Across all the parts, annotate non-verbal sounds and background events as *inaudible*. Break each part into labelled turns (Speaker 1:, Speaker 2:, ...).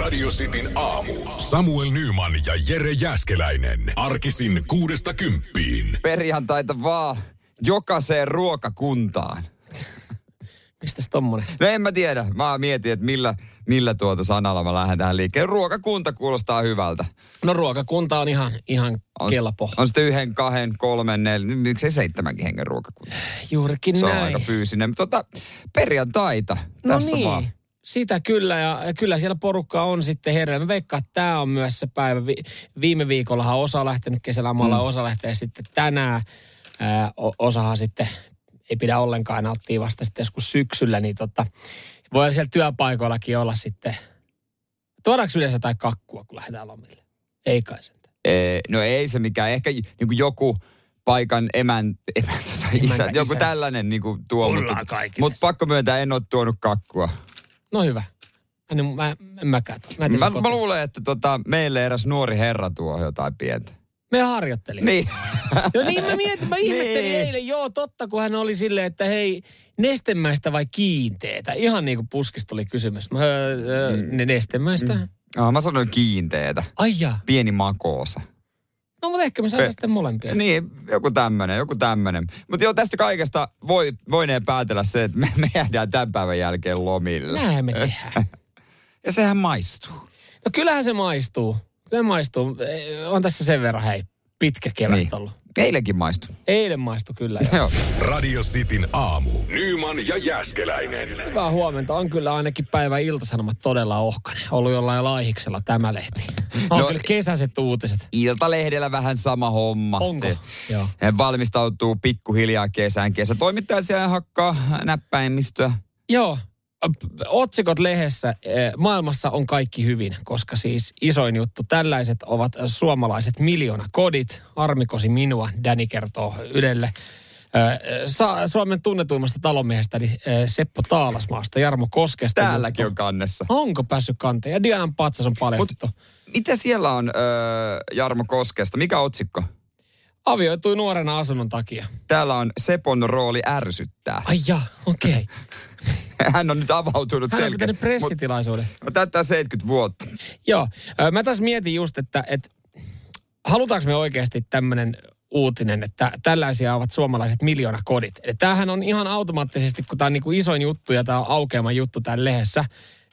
Speaker 1: Radio Cityn aamu. Samuel Nyman ja Jere Jäskeläinen. Arkisin kuudesta kymppiin.
Speaker 2: Perjantaita vaan jokaiseen ruokakuntaan.
Speaker 3: Mistäs tommonen?
Speaker 2: No en mä tiedä. Mä mietin, että millä, millä tuota sanalla mä lähden tähän liikkeelle. Ruokakunta kuulostaa hyvältä.
Speaker 3: No ruokakunta on ihan, ihan
Speaker 2: On,
Speaker 3: kelpo.
Speaker 2: on sitten yhden, kahden, kolmen, neljän, niin miksei seitsemänkin hengen ruokakunta.
Speaker 3: Juurikin
Speaker 2: Se on
Speaker 3: näin.
Speaker 2: aika fyysinen. Mutta tota, perjantaita tässä
Speaker 3: no niin.
Speaker 2: vaan.
Speaker 3: Sitä kyllä, ja ja kyllä siellä porukka on sitten hereillä. Mä veikkaan, että tämä on myös se päivä. Vi- viime viikollahan osa on lähtenyt kesälomalla, mm. osa lähtee sitten tänään. Ää, o- osahan sitten ei pidä ollenkaan nauttia vasta sitten joskus syksyllä, niin tota, voi siellä työpaikoillakin olla sitten. Tuodaanko yleensä tai kakkua, kun lähdetään lomille? Ei kai sentään.
Speaker 2: Ee, no ei se mikään. Ehkä niin joku paikan emän, emän *laughs* tai isä,
Speaker 3: Emäntä,
Speaker 2: joku
Speaker 3: isä.
Speaker 2: tällainen niin kuin tuo.
Speaker 3: Ollaan
Speaker 2: mutta-
Speaker 3: kaikille.
Speaker 2: Mutta pakko myöntää, en ole tuonut kakkua.
Speaker 3: No hyvä. Mä, en- mä, en mäkään. tuo. Mä, en tiedä,
Speaker 2: Mä,
Speaker 3: se
Speaker 2: mä
Speaker 3: koti-
Speaker 2: luulen, että tota, meille eräs nuori herra tuo jotain pientä.
Speaker 3: Me harjoittelin.
Speaker 2: Niin.
Speaker 3: No niin, mä mietin, mä ihmettelin
Speaker 2: Niin.
Speaker 3: eilen, joo, totta, kun hän oli silleen, että hei, nestemäistä vai kiinteetä? Ihan niin kuin puskista oli kysymys. Mä, öö,
Speaker 2: Mm.
Speaker 3: ne nestemäistä?
Speaker 2: Ah, mä sanoin kiinteetä.
Speaker 3: Ai jaa.
Speaker 2: Pieni makoosa.
Speaker 3: No mutta ehkä me saadaan
Speaker 2: Pe-
Speaker 3: sitten molempia.
Speaker 2: Eh. Niin, joku tämmönen, joku tämmönen. Mutta joo, tästä kaikesta voi, voineen päätellä se, että me, me jäädään tämän päivän jälkeen lomille.
Speaker 3: Näin me tehdään.
Speaker 2: Ja sehän maistuu.
Speaker 3: No kyllähän se maistuu. Kyllä maistuu. Eh, On tässä sen verran, hei, pitkä kevät
Speaker 2: Niin.
Speaker 3: niin. ollut.
Speaker 2: Eilenkin maistuu.
Speaker 3: Eilen maistui kyllä jo.
Speaker 2: Joo.
Speaker 1: Radio Cityn aamu. Nyman ja Jäskeläinen.
Speaker 3: Hyvää huomenta. On kyllä ainakin päivän iltasanomat todella ohkainen. Ollut jollain laihiksella tämä lehti. On
Speaker 2: No-
Speaker 3: no, kyllä kesäiset uutiset.
Speaker 2: Iltalehdellä vähän sama homma.
Speaker 3: Onko? Joo.
Speaker 2: He valmistautuu pikkuhiljaa kesään. Kesä toimittaja siellä hakkaa näppäimistöä.
Speaker 3: Joo. P- Otsikot lehdessä, eh, maailmassa on kaikki hyvin, koska siis isoin juttu, tällaiset ovat suomalaiset miljoona kodit. Armikosi minua, Dani kertoo Ylelle. Eh, Sa- Suomen tunnetuimmasta talomiehestä, eli eh, Seppo Taalasmaasta, Jarmo Koskesta.
Speaker 2: Täälläkin on
Speaker 3: juttu.
Speaker 2: kannessa.
Speaker 3: Onko päässyt kanteen? Ja Dianan patsas on paljastettu.
Speaker 2: Mitä siellä on öö, Jarmo Koskesta? Mikä otsikko?
Speaker 3: Avioitui nuorena asunnon takia.
Speaker 2: Täällä on Sepon rooli ärsyttää.
Speaker 3: Ai ja, okei. Okay.
Speaker 2: *laughs* Hän on nyt avautunut
Speaker 3: Hän on
Speaker 2: selkeä.
Speaker 3: pitänyt pressitilaisuuden.
Speaker 2: Mut- Täyttää 70 vuotta.
Speaker 3: Joo, ö, mä tässä mietin just, että, että halutaanko me oikeasti tämmöinen uutinen, että tällaisia ovat suomalaiset miljoona kodit. Eli tämähän on ihan automaattisesti, kun tämä on niinku isoin juttu ja tämä on aukeama juttu täällä lehdessä,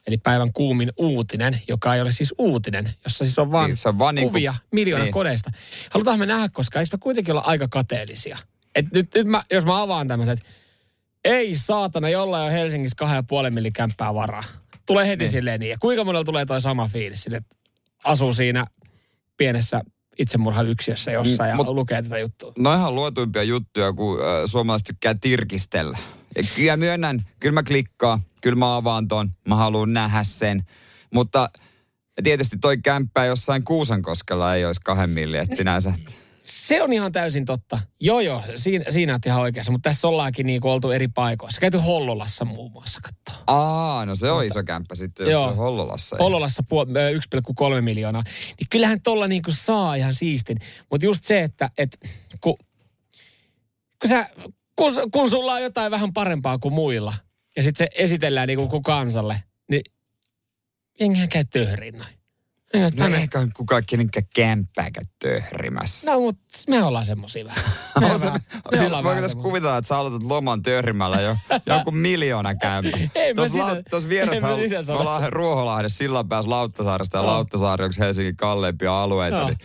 Speaker 3: eli päivän kuumin uutinen, joka ei ole siis uutinen, jossa siis on vaan,
Speaker 2: Niin, se on vaan niinku-
Speaker 3: kuvia miljoona
Speaker 2: niin.
Speaker 3: kodeista. Halutaan me nähdä, koska eikö me kuitenkin olla aika kateellisia? Et nyt, nyt mä, jos mä avaan tämmöisen, että ei saatana, jollain on Helsingissä kahden ja puolen millin kämppää varaa. Tulee heti niin. silleen niin. Ja kuinka monella tulee toi sama fiilis sille, että asuu siinä pienessä itsemurhayksiössä jossain ja
Speaker 2: Mm, mut-
Speaker 3: Mut, lukee tätä juttua.
Speaker 2: No ihan luotuimpia juttuja, kun äh, suomalaiset tykkää tirkistellä. E, Ja kyllä myönnän, kyllä mä klikkaan, kyllä mä avaan ton, mä haluan nähdä sen. Mutta tietysti toi kämppä jossain Kuusankoskella ei olisi kahden milliä, et sinänsä.
Speaker 3: Se on ihan täysin totta. Joo, joo, siinä, siinä oot ihan oikeassa, mutta tässä ollaankin niinku oltu eri paikoissa. Käyty Hollolassa muun muassa katsoa.
Speaker 2: Aa, no se on iso kämppä sitten, jos
Speaker 3: Joo.
Speaker 2: se on Hollolassa.
Speaker 3: Hollolassa puol- äh, ö, 1,3 miljoonaa. Niin kyllähän tolla niinku saa ihan siistin. Mutta just se, että et, ku, kun, sä, kun, s- kun sulla on jotain vähän parempaa kuin muilla, ja sitten se esitellään niinku kuin kansalle, niin jengihän käy töhriin noin. Ei oo
Speaker 2: No
Speaker 3: tänne-
Speaker 2: ehkä on kukaan kenenkään kämppääkään töhrimässä.
Speaker 3: No, mutta me ollaan
Speaker 2: *laughs*
Speaker 3: semmosia vähän. Me
Speaker 2: On se,
Speaker 3: vähän- me
Speaker 2: siis
Speaker 3: ollaan
Speaker 2: voiko
Speaker 3: vähän
Speaker 2: tässä
Speaker 3: semmosia.
Speaker 2: kuvitella, että sä aloitat loman työrymällä
Speaker 3: *laughs*
Speaker 2: jo jonkun miljoona kämpä?
Speaker 3: En mä
Speaker 2: Tuossa
Speaker 3: sitä-
Speaker 2: lau- tuossa
Speaker 3: en
Speaker 2: vieressä
Speaker 3: mä
Speaker 2: on,
Speaker 3: sitä
Speaker 2: me
Speaker 3: sano.
Speaker 2: ollaan Ruoholahdessa sillan päässä Lauttasaaresta ja
Speaker 3: Joo.
Speaker 2: Lauttasaari on yksi Helsingin kalleimpia alueita.
Speaker 3: Joo.
Speaker 2: Niin,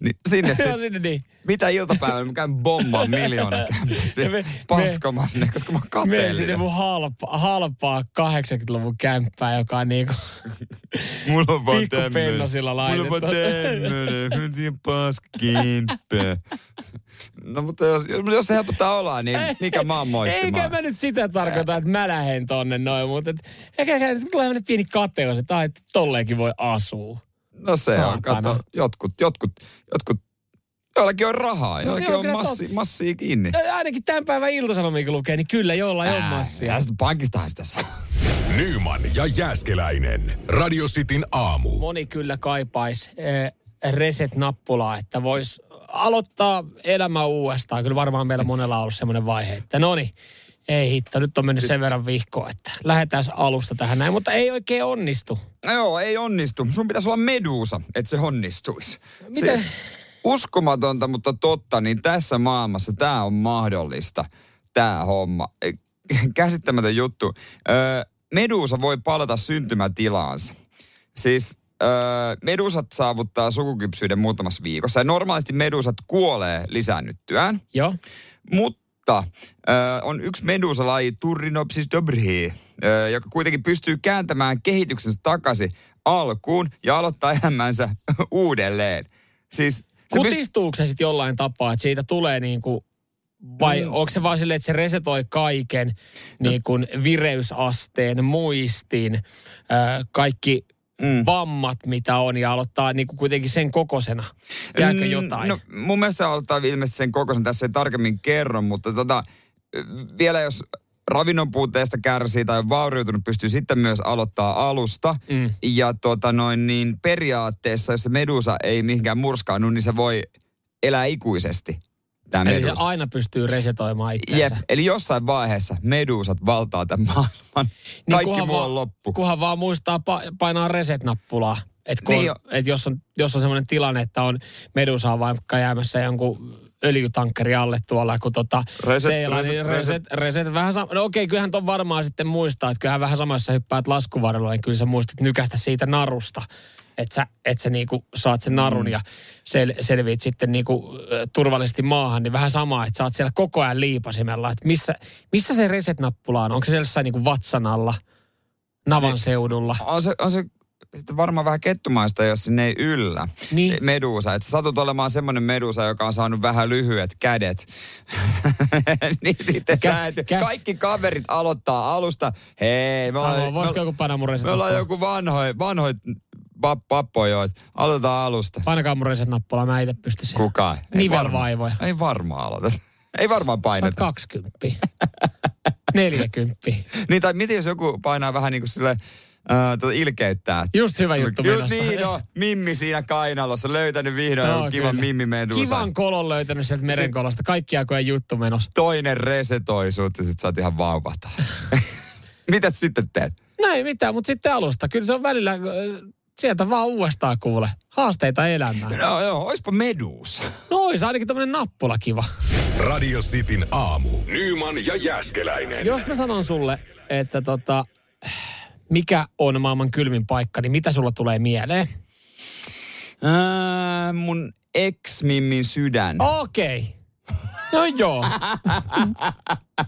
Speaker 2: niin sinne
Speaker 3: Joo,
Speaker 2: sit,
Speaker 3: sinne niin.
Speaker 2: mitä iltapäivällä mä käyn bommaan miljoona kämpää
Speaker 3: Me- me-
Speaker 2: paskomassa ne, koska mä oon
Speaker 3: Mene sinne
Speaker 2: kateellinen.
Speaker 3: mun halpa, halpaa 80-luvun kämppää, joka on niinku...
Speaker 2: Mulla on vaan
Speaker 3: pikku penno sillä
Speaker 2: Mulla on vaan
Speaker 3: laitettu.
Speaker 2: tämmönen. Mä tiedän paskimpää. No mutta jos, jos, jos se helpottaa olla, niin mikä mä oon moikkimaan?
Speaker 3: Eikä mä nyt sitä tarkoita, että mä lähden tonne noin, mutta et, eikä eikä- nyt tulee tämmönen pieni kateus, että ai, tolleenkin voi asua.
Speaker 2: No se Saatana. on,
Speaker 3: Saatana.
Speaker 2: kato, jotkut, jotkut, jotkut, jollakin on rahaa,
Speaker 3: No se
Speaker 2: jollakin
Speaker 3: on
Speaker 2: on,
Speaker 3: kyllä
Speaker 2: massi, massia kiinni.
Speaker 3: No, ainakin tämän päivän iltasanomikin lukee, niin kyllä jollain on massia.
Speaker 2: Tästä pankistahan sitä saa.
Speaker 1: Nyman ja Jäskeläinen. Radio Cityn aamu.
Speaker 3: Moni kyllä kaipaisi eh, reset-nappulaa, että voisi aloittaa elämä uudestaan. Kyllä varmaan meillä monella on ollut semmoinen vaihe, että no niin, Ei hitto, nyt on mennyt sen verran vihkoa, että lähdetään alusta tähän näin, mutta ei oikein onnistu.
Speaker 2: No joo, ei onnistu. Sun pitäisi olla meduusa, että se onnistuisi. Siis
Speaker 3: Miten?
Speaker 2: uskomatonta, mutta totta, niin tässä maailmassa tämä on mahdollista, tämä homma. Eh, Käsittämätön juttu. Öö, meduusa voi palata syntymätilaansa. Siis öö, medusat saavuttaa sukukypsyyden muutamassa viikossa. Ja normaalisti medusat kuolee lisäännyttyään.
Speaker 3: Joo.
Speaker 2: Mutta ö, on yksi medusalaji Turrinopsis dobrii, ö, joka kuitenkin pystyy kääntämään kehityksensä takaisin alkuun ja aloittaa elämänsä uudelleen. Siis se pyst-
Speaker 3: Kutistuuko se sitten jollain tapaa, että siitä tulee niin kuin, vai mm. onko se vaan silleen, että se resetoi kaiken
Speaker 2: No.
Speaker 3: niin kuin vireysasteen, muistin, äh, kaikki mm. vammat, mitä on, ja aloittaa niin kuin kuitenkin sen kokosena? Jääkö
Speaker 2: Mm,
Speaker 3: jotain?
Speaker 2: No, mun mielestä aloittaa ilmeisesti sen kokoisen. Tässä ei tarkemmin kerro, mutta tota, ö, vielä jos ravinnon puutteesta kärsii tai on vaurioitunut, pystyy sitten myös aloittaa alusta.
Speaker 3: Mm.
Speaker 2: Ja tota noin, niin periaatteessa, jos se medusa ei mihinkään murskaannu, niin se voi elää ikuisesti. Tämä
Speaker 3: Eli se
Speaker 2: medusa.
Speaker 3: aina pystyy resetoimaan Niin itseensä.
Speaker 2: Jep, eli jossain vaiheessa medusat valtaa tämän maailman. Kaikki
Speaker 3: Niin kunhan
Speaker 2: muu
Speaker 3: vaan-
Speaker 2: on loppu.
Speaker 3: Kunhan vaan muistaa pa- painaa reset-nappulaa. Et kun
Speaker 2: Niin
Speaker 3: on, et jos on, jos on semmoinen tilanne, että on medusaa vaikka jäämässä jonkun öljytankkeri alle tuolla, kun tota
Speaker 2: Reset,
Speaker 3: seilaa, niin
Speaker 2: reset,
Speaker 3: reset, reset, vähän sama. No okei, kyllähän ton varmaan sitten muistaa, että kyllähän vähän samassa hyppäät laskuvarjolla, niin kyllä sä muistat nykästä siitä narusta. Että sä, et sä niinku saat sen narun
Speaker 2: Mm.
Speaker 3: ja sel, selviit sitten niinku ö, turvallisesti maahan, niin vähän sama, että sä oot siellä koko ajan liipasimella. Että missä, missä se reset-nappula on? Onko se siellä jossain niinku vatsan alla? Navan seudulla.
Speaker 2: On se, on se sitten varmaan vähän kettumaista, jos sinne ei yllä
Speaker 3: Niin.
Speaker 2: medusa. Että sä satut olemaan semmoinen medusa, joka on saanut vähän lyhyet kädet. *laughs* niin sitten
Speaker 3: Kä-
Speaker 2: sä et,
Speaker 3: kä-
Speaker 2: kaikki kaverit aloittaa alusta. Hei, me
Speaker 3: Haluan,
Speaker 2: ollaan,
Speaker 3: voisiko
Speaker 2: me,
Speaker 3: joku panna mun reset
Speaker 2: me ollaan
Speaker 3: nappulaa?
Speaker 2: joku vanhoit, vanhoit pap, pappoja, että aloitetaan alusta.
Speaker 3: Painakaa mun reset nappulaa, mä itse pysty siihen.
Speaker 2: Kuka?
Speaker 3: Nivelvaivoja.
Speaker 2: Ei varmaan aloita. Ei varmaan
Speaker 3: Sä oot
Speaker 2: paineta.
Speaker 3: *laughs* 20. 40.
Speaker 2: Niin, tai miten jos joku painaa vähän niin kuin sille, äh, tuota ilkeyttää.
Speaker 3: Just hyvä juttu
Speaker 2: Ju-
Speaker 3: menossa.
Speaker 2: Niin, no, mimmi siinä kainalossa. Löytänyt vihdoin
Speaker 3: Joo,
Speaker 2: no, kivan
Speaker 3: kyllä.
Speaker 2: mimmi medusa.
Speaker 3: Kivan kolon löytänyt sieltä merenkolosta. Kaikki aikojen juttu menossa.
Speaker 2: Toinen resetoi sut ja sit sä oot ihan vauva taas. *laughs* Mitäs sitten teet?
Speaker 3: No ei mitään, mutta sitten alusta. Kyllä se on välillä, äh, sieltä vaan uudestaan kuule. Haasteita elämään.
Speaker 2: No joo, oispa medusa.
Speaker 3: No ois ainakin tämmönen nappula kiva.
Speaker 1: Radio Cityn aamu. Nyman ja Jääskeläinen.
Speaker 3: Jos mä sanon sulle, että tota, mikä on maailman kylmin paikka, niin mitä sulla tulee mieleen?
Speaker 2: Ää, mun ex-mimmin sydän.
Speaker 3: Okei. No joo.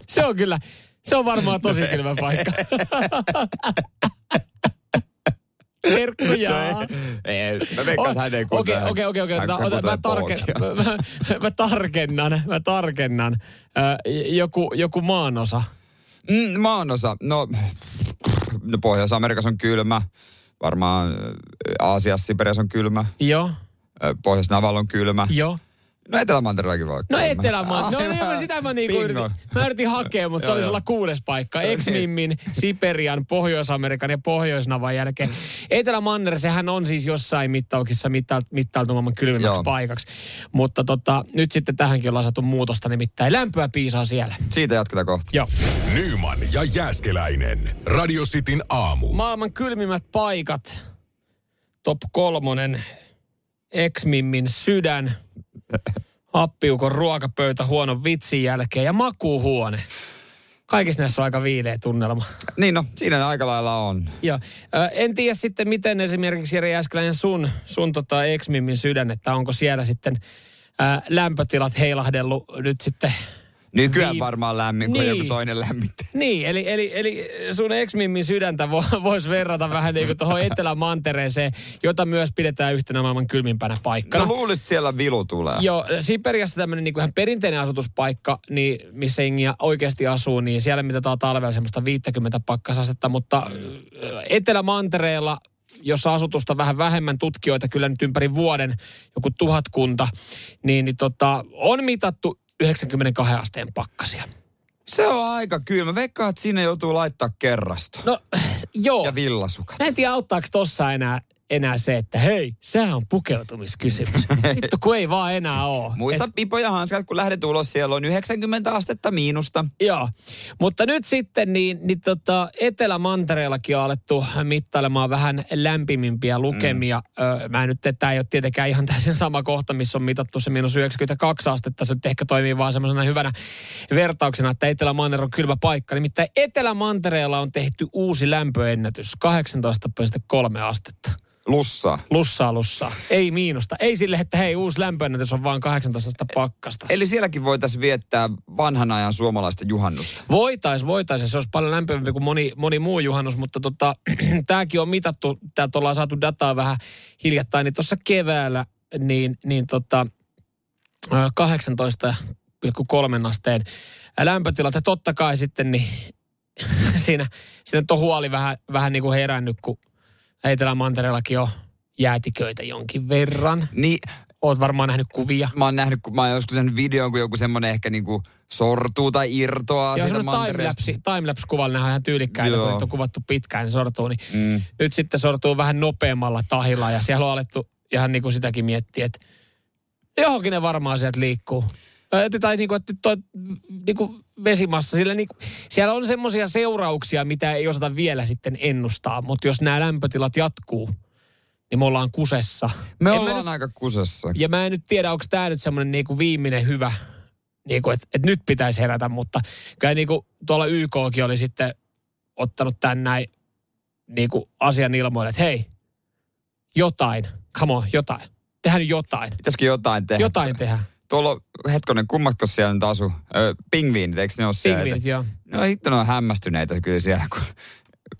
Speaker 3: se on kyllä, se on varmaan tosi kylmä paikka. Herkkuja.
Speaker 2: *laughs* Ei, mä veikkaan, No että hän ei kuuntele.
Speaker 3: Okei,
Speaker 2: Hän-
Speaker 3: okei, okei, okei.
Speaker 2: hän
Speaker 3: Ota- ota- Mä,
Speaker 2: kuuntelee
Speaker 3: tarken-
Speaker 2: pookia.
Speaker 3: mä, mä- mä tarkennan, mä tarkennan. Ö, j- joku, joku maanosa.
Speaker 2: Mm, maanosa. No, no Pohjois-Amerikassa on kylmä. Varmaan ö, Aasiassa, Siperiassa on kylmä.
Speaker 3: Joo,
Speaker 2: Ö, Pohjois-Navalla on kylmä.
Speaker 3: joo.
Speaker 2: No Etelä-Mantereellakin voi olla
Speaker 3: No
Speaker 2: kylmä.
Speaker 3: Etelämaa. No
Speaker 2: Aivan.
Speaker 3: niin, mä sitä mä niinku
Speaker 2: Bingo.
Speaker 3: yritin. Mä yritin hakea, mutta se
Speaker 2: Joo,
Speaker 3: oli
Speaker 2: joo.
Speaker 3: sulla kuudes paikka.
Speaker 2: Se oli. niin.
Speaker 3: Ex-Mimmin, Siperian, Pohjois-Amerikan ja Pohjois-Navan jälkeen. Etelämanner, sehän on siis jossain mittauksissa mitta- mittailtu maailman kylmimmäksi
Speaker 2: Joo.
Speaker 3: paikaksi. Mutta tota, nyt sitten tähänkin ollaan saatu muutosta, nimittäin lämpöä piisaa siellä.
Speaker 2: Siitä jatketaan kohta.
Speaker 3: Joo.
Speaker 1: Nyman ja Jääskeläinen. Radio Cityn aamu.
Speaker 3: Maailman kylmimmät paikat. Top kolmonen. Ex-Mimmin sydän. Appiukon ruokapöytä huonon vitsin jälkeen ja makuuhuone. Kaikissa näissä on aika viileä tunnelma.
Speaker 2: Niin no, siinä ne aika lailla on.
Speaker 3: Ja, ö, en tiedä sitten, miten esimerkiksi Jere Jääskeläinen sun, sun tota ex-mimmin sydän, että onko siellä sitten ö, lämpötilat heilahdellut nyt sitten.
Speaker 2: Nykyään
Speaker 3: Niin.
Speaker 2: varmaan lämmin, kun
Speaker 3: Niin.
Speaker 2: joku toinen lämmittää.
Speaker 3: Niin, eli, eli, eli sun ex-mimmin sydäntä vo, voisi verrata vähän niin kuin tuohon Etelämantereeseen, jota myös pidetään yhtenä maailman kylmimpänä paikkana.
Speaker 2: No luulisit siellä vilu tulee.
Speaker 3: Joo, Siperiassa tämmöinen niin ihan perinteinen asutuspaikka, niin, missä jengiä oikeasti asuu, niin siellä mitataan talvella semmoista 50 pakkasastetta, mutta ö, Etelä-Mantereella, jossa asutusta vähän vähemmän tutkijoita, kyllä nyt ympäri vuoden joku tuhatkunta, niin, niin tota, on mitattu 92 asteen pakkasia.
Speaker 2: Se on aika kylmä. Veikkaan, että siinä joutuu laittaa kerrasta.
Speaker 3: No, joo.
Speaker 2: Ja villasukat.
Speaker 3: Mä en tiedä, auttaako tossa enää enää se, että hei, sä on pukeutumiskysymys. Vittu, kun ei vaan enää oo.
Speaker 2: Muista pipoja hanskat, kun lähdet ulos, siellä on 90 astetta miinusta.
Speaker 3: Joo, mutta nyt sitten niin, niin tota, Etelä-Mantereellakin on alettu mittailemaan vähän lämpimimpiä lukemia. Mm. Öö, mä nyt, tämä ei ole tietenkään ihan täysin sama kohta, missä on mitattu se miinus 92 astetta. Se nyt ehkä toimii vaan semmoisena hyvänä vertauksena, että Etelä-Manner on kylmä paikka. Nimittäin Etelä-Mantereella on tehty uusi lämpöennätys, 18,3 astetta.
Speaker 2: Lussa.
Speaker 3: Lussaa, lussaa. Ei miinusta. Ei sille, että hei, uusi lämpöennätys on vaan 18 astetta pakkasta.
Speaker 2: Eli sielläkin voitaisiin viettää vanhan ajan suomalaista juhannusta.
Speaker 3: Voitaisiin, voitaisiin. Se olisi paljon lämpimämpi kuin moni, moni muu juhannus, mutta tota, *clears throat* tämäkin on mitattu. Täältä ollaan saatu dataa vähän hiljattain, niin tuossa keväällä niin, niin tota, ö, 18,3 asteen lämpötilat. Ja totta kai sitten niin *laughs* siinä, siinä nyt on huoli vähän, vähän niin kuin herännyt, kun Etelä-Mantereellakin on jäätiköitä jonkin verran.
Speaker 2: Niin,
Speaker 3: Oot varmaan nähnyt kuvia.
Speaker 2: mä oon nähnyt, kun mä oon joskus nähnyt videon, kun joku semmonen ehkä niinku sortuu tai irtoaa
Speaker 3: Joo,
Speaker 2: sieltä
Speaker 3: semmoinen
Speaker 2: mantereesta.
Speaker 3: timelapse, timelapse-kuvalla, nämä on ihan tyylikkäitä,
Speaker 2: Joo.
Speaker 3: kun niitä on kuvattu pitkään, ne sortuu, niin mm. nyt sitten sortuu vähän nopeammalla tahilla, ja siellä on alettu ihan niin kuin sitäkin miettiä, että johonkin ne varmaan sieltä liikkuu. Ö, että- Tai niin kuin, että nyt toi niin kuin vesimassa, sillä niin kuin, siellä on semmoisia seurauksia, mitä ei osata vielä sitten ennustaa, mutta jos nämä lämpötilat jatkuu, niin me ollaan kusessa.
Speaker 2: Me
Speaker 3: En mä
Speaker 2: ollaan
Speaker 3: nyt-
Speaker 2: aika kusessa.
Speaker 3: ja mä en nyt tiedä, onko tämä nyt semmoinen niinku viimeinen hyvä, niinku, että et nyt pitäisi herätä, mutta kyllä niinku, tuolla YKkin oli sitten ottanut tämän näin niinku, asian ilmoille, että hei, jotain, come on, jotain, tehdään nyt jotain,
Speaker 2: Pitäisikö jotain tehdä?
Speaker 3: jotain tehdään.
Speaker 2: Tuolla on, hetkonen, kummatko siellä nyt asu? Ö, pingviinit, eikö ne ole siellä?
Speaker 3: Pingviinit, joo.
Speaker 2: No hitto, ne on hämmästyneitä kyllä siellä, kun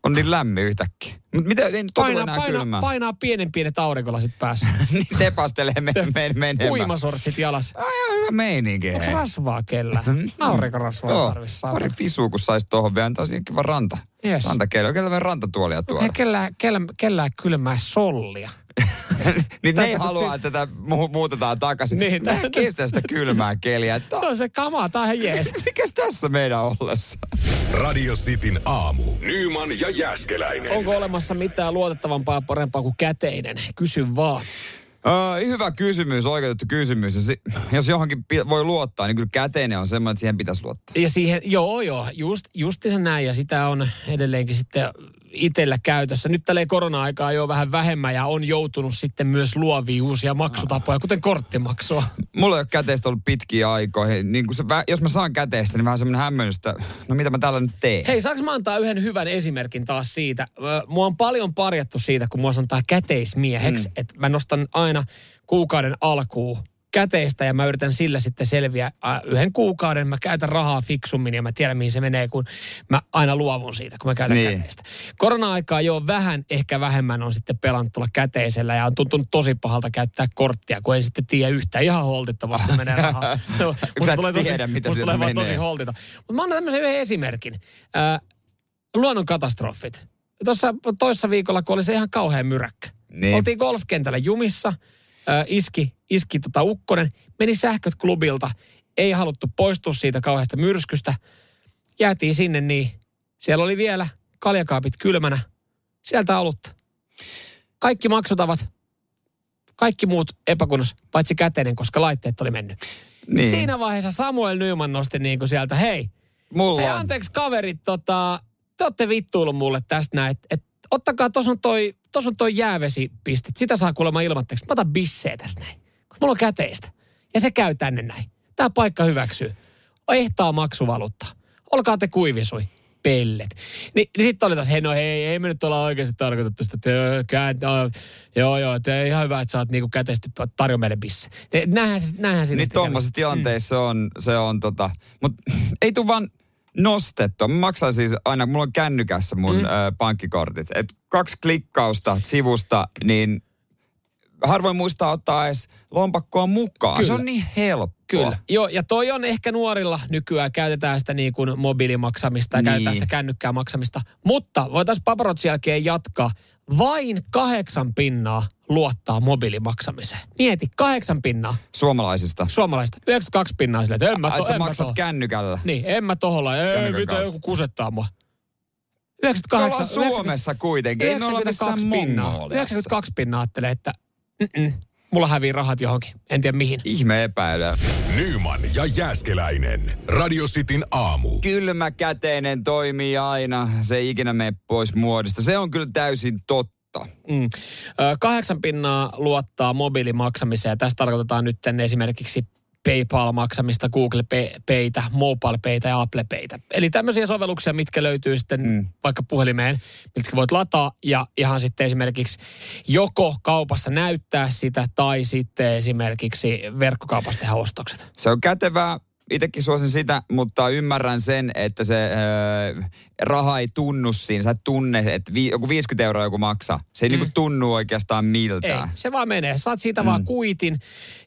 Speaker 2: on niin lämmin yhtäkkiä. Mutta mitä, ei nyt ole
Speaker 3: Painaa,
Speaker 2: enää
Speaker 3: painaa,
Speaker 2: kylmää.
Speaker 3: painaa pienen pienet aurinkolasit päässä.
Speaker 2: *laughs* niin tepastelee men, men, menemään.
Speaker 3: Uimasortsit jalas.
Speaker 2: Ai, ihan hyvä meininki.
Speaker 3: Onko
Speaker 2: hei.
Speaker 3: rasvaa kellä? Aurinkorasvaa
Speaker 2: Mm-hmm. Joo,
Speaker 3: tarvissa.
Speaker 2: pari fisua, kun saisi tuohon vielä, antaa siihen kiva ranta.
Speaker 3: Yes.
Speaker 2: Rantakeilo, kyllä vähän rantatuolia tuolla.
Speaker 3: Kellä, kellä, kellä kylmää sollia.
Speaker 2: *laughs* niin ne ei
Speaker 3: Tässä nyt
Speaker 2: halua,
Speaker 3: sit-
Speaker 2: että tätä mu- muutetaan takaisin.
Speaker 3: Niin,
Speaker 2: Mä
Speaker 3: tä-
Speaker 2: en kestä sitä kylmää keliä. Että,
Speaker 3: No se kamaa, tää on ihan jees.
Speaker 2: mikäs tässä meidän ollessa?
Speaker 1: Radio Cityn aamu. Nyman ja Jääskeläinen.
Speaker 3: Onko olemassa mitään luotettavampaa ja parempaa kuin käteinen? Kysy vaan.
Speaker 2: Öö, hyvä kysymys, oikeutettu kysymys. Jos, jos johonkin pi- voi luottaa, niin kyllä käteinen on semmoinen, että siihen pitäisi luottaa.
Speaker 3: Ja siihen, joo joo, just, justi se näin ja sitä on edelleenkin sitten itsellä käytössä. Nyt tälleen korona-aikaa jo vähän vähemmän ja on joutunut sitten myös luoviin uusia maksutapoja, kuten korttimaksua.
Speaker 2: Mulla ei ole käteistä ollut pitkiä aikoja. Niin kun se, vä- jos mä saan käteistä, niin vähän semmoinen hämmennys, että no mitä mä täällä nyt teen.
Speaker 3: Niin. Hei, saanko mä antaa yhden hyvän esimerkin taas siitä? Ö, Mua on paljon parjattu siitä, kun mua sanotaan käteismieheksi, mm. että mä nostan aina kuukauden alkuun käteistä ja mä yritän sillä sitten selviä Ä, yhden kuukauden. Mä käytän rahaa fiksummin ja mä tiedän, mihin se menee, kun mä aina luovun siitä, kun mä käytän
Speaker 2: Niin.
Speaker 3: niin. käteistä. Korona-aikaa jo vähän, ehkä vähemmän on sitten pelannut tuolla käteisellä ja on tuntunut tosi pahalta käyttää korttia, kun ei sitten tiedä yhtään. Ihan holtittomasti menee *laughs* rahaa. No,
Speaker 2: sä
Speaker 3: musta
Speaker 2: et
Speaker 3: tulee tosi,
Speaker 2: tiedä, mitä
Speaker 3: musta
Speaker 2: sieltä
Speaker 3: tulee vaan
Speaker 2: menee.
Speaker 3: tosi holtita. Mutta mä annan tämmöisen yhden esimerkin. Äh, luonnon katastrofit. Tuossa toissa viikolla, kun oli se ihan kauhean myräkkä.
Speaker 2: Niin.
Speaker 3: Niin. Oltiin golfkentällä jumissa, äh, iski, iski tota ukkonen, meni sähköt klubilta, ei haluttu poistua siitä kauheasta myrskystä. Jäätiin sinne niin, siellä oli vielä kaljakaapit kylmänä, sieltä olutta. Kaikki maksutavat, kaikki muut epäkunnossa, paitsi käteinen, koska laitteet oli mennyt.
Speaker 2: Niin.
Speaker 3: Niin. Siinä vaiheessa Samuel Nyman nosti niin kuin sieltä, hei,
Speaker 2: Mulla
Speaker 3: hei
Speaker 2: on.
Speaker 3: anteeksi kaverit, tota, te olette vittuillut mulle tästä näin, että et, ottakaa, tuossa on toi, tossa on toi jäävesipiste, sitä saa kuulemma ilmatteeksi. Mä otan bissee tästä näin, kun mulla on käteistä. Ja se käy tänne näin. Tämä paikka hyväksyy. Ehtaa maksuvaluutta. Olkaa te kuivisui. Pellet. Ni, niin sitten oli taas, hei no hei, ei me nyt olla oikeasti tarkoitettu sitä, että joo, kää, no, joo, joo, te ihan hyvä, että sä oot niinku käteisesti tarjoa meille bisse. Näinhän, se- näinhän siinä
Speaker 2: Niin
Speaker 3: sitten kävi.
Speaker 2: tuommoisissa tilanteissa se on, se on tota, mutta *clears throat* ei tule vaan nostettua. Mä maksan siis aina, mulla on kännykässä mun mm. ö, pankkikortit. Et kaksi klikkausta sivusta, niin harvoin muistaa ottaa edes lompakkoa mukaan. Kyllä. Se
Speaker 3: Kyllä.
Speaker 2: on niin helppoa.
Speaker 3: Kyllä. Joo, ja toi on ehkä nuorilla nykyään, käytetään sitä niin kuin mobiilimaksamista ja
Speaker 2: Niin.
Speaker 3: niin. käytetään sitä kännykkää maksamista. Mutta voitaisiin paparotsin jälkeen jatkaa. Vain kahdeksan pinnaa luottaa mobiilimaksamiseen. Mieti, kahdeksan pinnaa
Speaker 2: Suomalaisista.
Speaker 3: suomalaista. 92 pinnaa silleen, että en mä,
Speaker 2: Ai,
Speaker 3: to,
Speaker 2: sä
Speaker 3: en mä
Speaker 2: maksat
Speaker 3: tohon.
Speaker 2: kännykällä.
Speaker 3: Niin, en mä toholla. Ei,
Speaker 2: Kännykän
Speaker 3: mitä
Speaker 2: kautta.
Speaker 3: joku kusettaa mua.
Speaker 2: Me
Speaker 3: 98,
Speaker 2: ollaan Suomessa kuitenkin. Ei me olla missään
Speaker 3: 92 pinnaa.
Speaker 2: Mongoliassa.
Speaker 3: 92 pinnaa ajattelee, että "Mm-mm, mulla hävii rahat johonkin. En tiedä mihin.
Speaker 2: Ihme epäilyä.
Speaker 1: Nyman ja Jääskeläinen. Radio Cityn aamu.
Speaker 2: Kylmä käteinen toimii aina. Se ei ikinä mene pois muodista. Se on kyllä täysin totta.
Speaker 3: Mm. Ö, Kahdeksan pinnaa luottaa mobiilimaksamiseen. Tässä tarkoitetaan nyt esimerkiksi PayPal-maksamista, Google Pay- Paytä, Mobile Paytä ja Apple Paytä. Eli tämmöisiä sovelluksia, mitkä löytyy sitten mm. vaikka puhelimeen, mitkä voit lataa ja ihan sitten esimerkiksi joko kaupassa näyttää sitä tai sitten esimerkiksi verkkokaupasta tehdä ostokset.
Speaker 2: Se on kätevää. Itsekin suosin sitä, mutta ymmärrän sen, että se öö, raha ei tunnu siinä. Sä et tunne, että vi, joku 50 euroa joku maksaa. Se ei mm. niinku tunnu oikeastaan
Speaker 3: Ei,
Speaker 2: miltään.
Speaker 3: se vaan menee. Saat siitä mm. vaan kuitin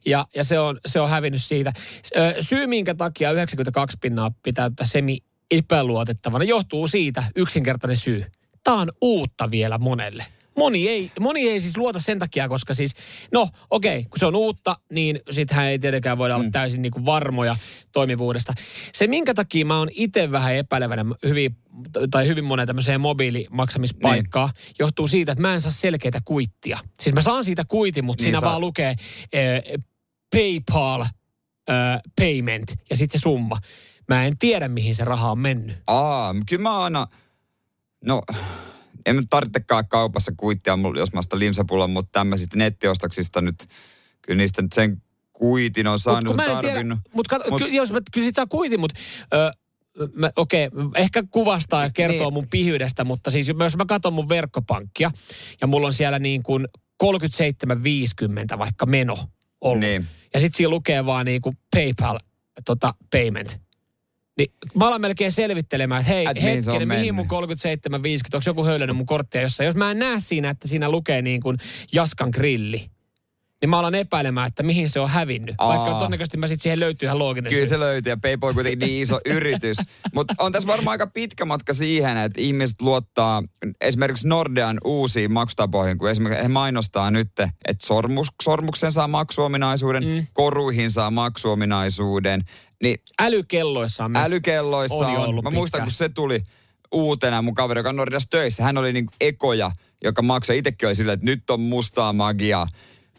Speaker 3: ja, ja se, on, se on hävinnyt siitä. S- ö, Syy, minkä takia 92 pinnaa pitää tätä semi epäluotettavana, johtuu siitä yksinkertainen syy. Tämä on uutta vielä monelle. Moni ei, moni ei siis luota sen takia, koska siis, no okei, kun se on uutta, niin sittenhän ei tietenkään voida olla täysin niin kuin varmoja toimivuudesta. Se, minkä takia mä oon itse vähän epäilevänä hyvin, tai hyvin monen tämmöiseen mobiilimaksamispaikkaan, paikkaa johtuu siitä, että mä en saa selkeitä kuittia. Siis mä saan siitä kuitin, mutta
Speaker 2: Niin
Speaker 3: niin siinä
Speaker 2: saat.
Speaker 3: vaan lukee eh, PayPal eh, payment ja sitten se summa. Mä en tiedä, mihin se raha on mennyt.
Speaker 2: Aa, kyllä mä aina... No, en nyt tarvitsekaan kaupassa kuittia, mulla- jos mä ostan limsapullon, mutta tämmöisistä nettiostoksista nyt, kyllä niistä nyt sen kuitin on
Speaker 3: Mut
Speaker 2: saanut,
Speaker 3: kun mä
Speaker 2: mut,
Speaker 3: en tiedä,
Speaker 2: tarvinnut.
Speaker 3: mut kato,
Speaker 2: Mut-
Speaker 3: mut, jos mä, kyllä sit saa kuitin, mutta okei, ehkä kuvastaa ja kertoo
Speaker 2: Niin.
Speaker 3: mun pihyydestä, mutta siis jos mä katson mun verkkopankkia ja mulla on siellä niin kuin 37,50 vaikka meno ollut.
Speaker 2: Niin.
Speaker 3: Ja sitten siinä lukee vaan niin kuin PayPal tota, payment. Niin mä alan melkein selvittelemään, että hei,
Speaker 2: Et mihin se on
Speaker 3: hetkinen, mihin mun
Speaker 2: mennyt?
Speaker 3: 37,50, onko joku höylännyt mun korttia jossain. Jos mä en näe siinä, että siinä lukee niin kuin Jaskan grilli, niin mä alan epäilemään, että mihin se on hävinnyt. Aa. Vaikka
Speaker 2: Aa.
Speaker 3: todennäköisesti mä sit siihen löytyy ihan looginen
Speaker 2: Kyllä
Speaker 3: syy.
Speaker 2: se löytyy ja Paypal on kuitenkin niin *laughs* iso yritys. Mutta on tässä varmaan aika pitkä matka siihen, että ihmiset luottaa esimerkiksi Nordean uusiin maksutapoihin, kun esimerkiksi he mainostaa nyt, että sormus, sormuksen saa maksuominaisuuden, mm. koruihin saa maksuominaisuuden, niin
Speaker 3: Älykelloissa on
Speaker 2: älykelloissa
Speaker 3: On jo
Speaker 2: on.
Speaker 3: ollut
Speaker 2: Mä muistan,
Speaker 3: pitkään.
Speaker 2: kun se tuli uutena mun kaveri, joka on Nordeassa töissä. Hän oli niin ekoja, joka maksoi. Itsekin oli silleen, että nyt on mustaa magiaa.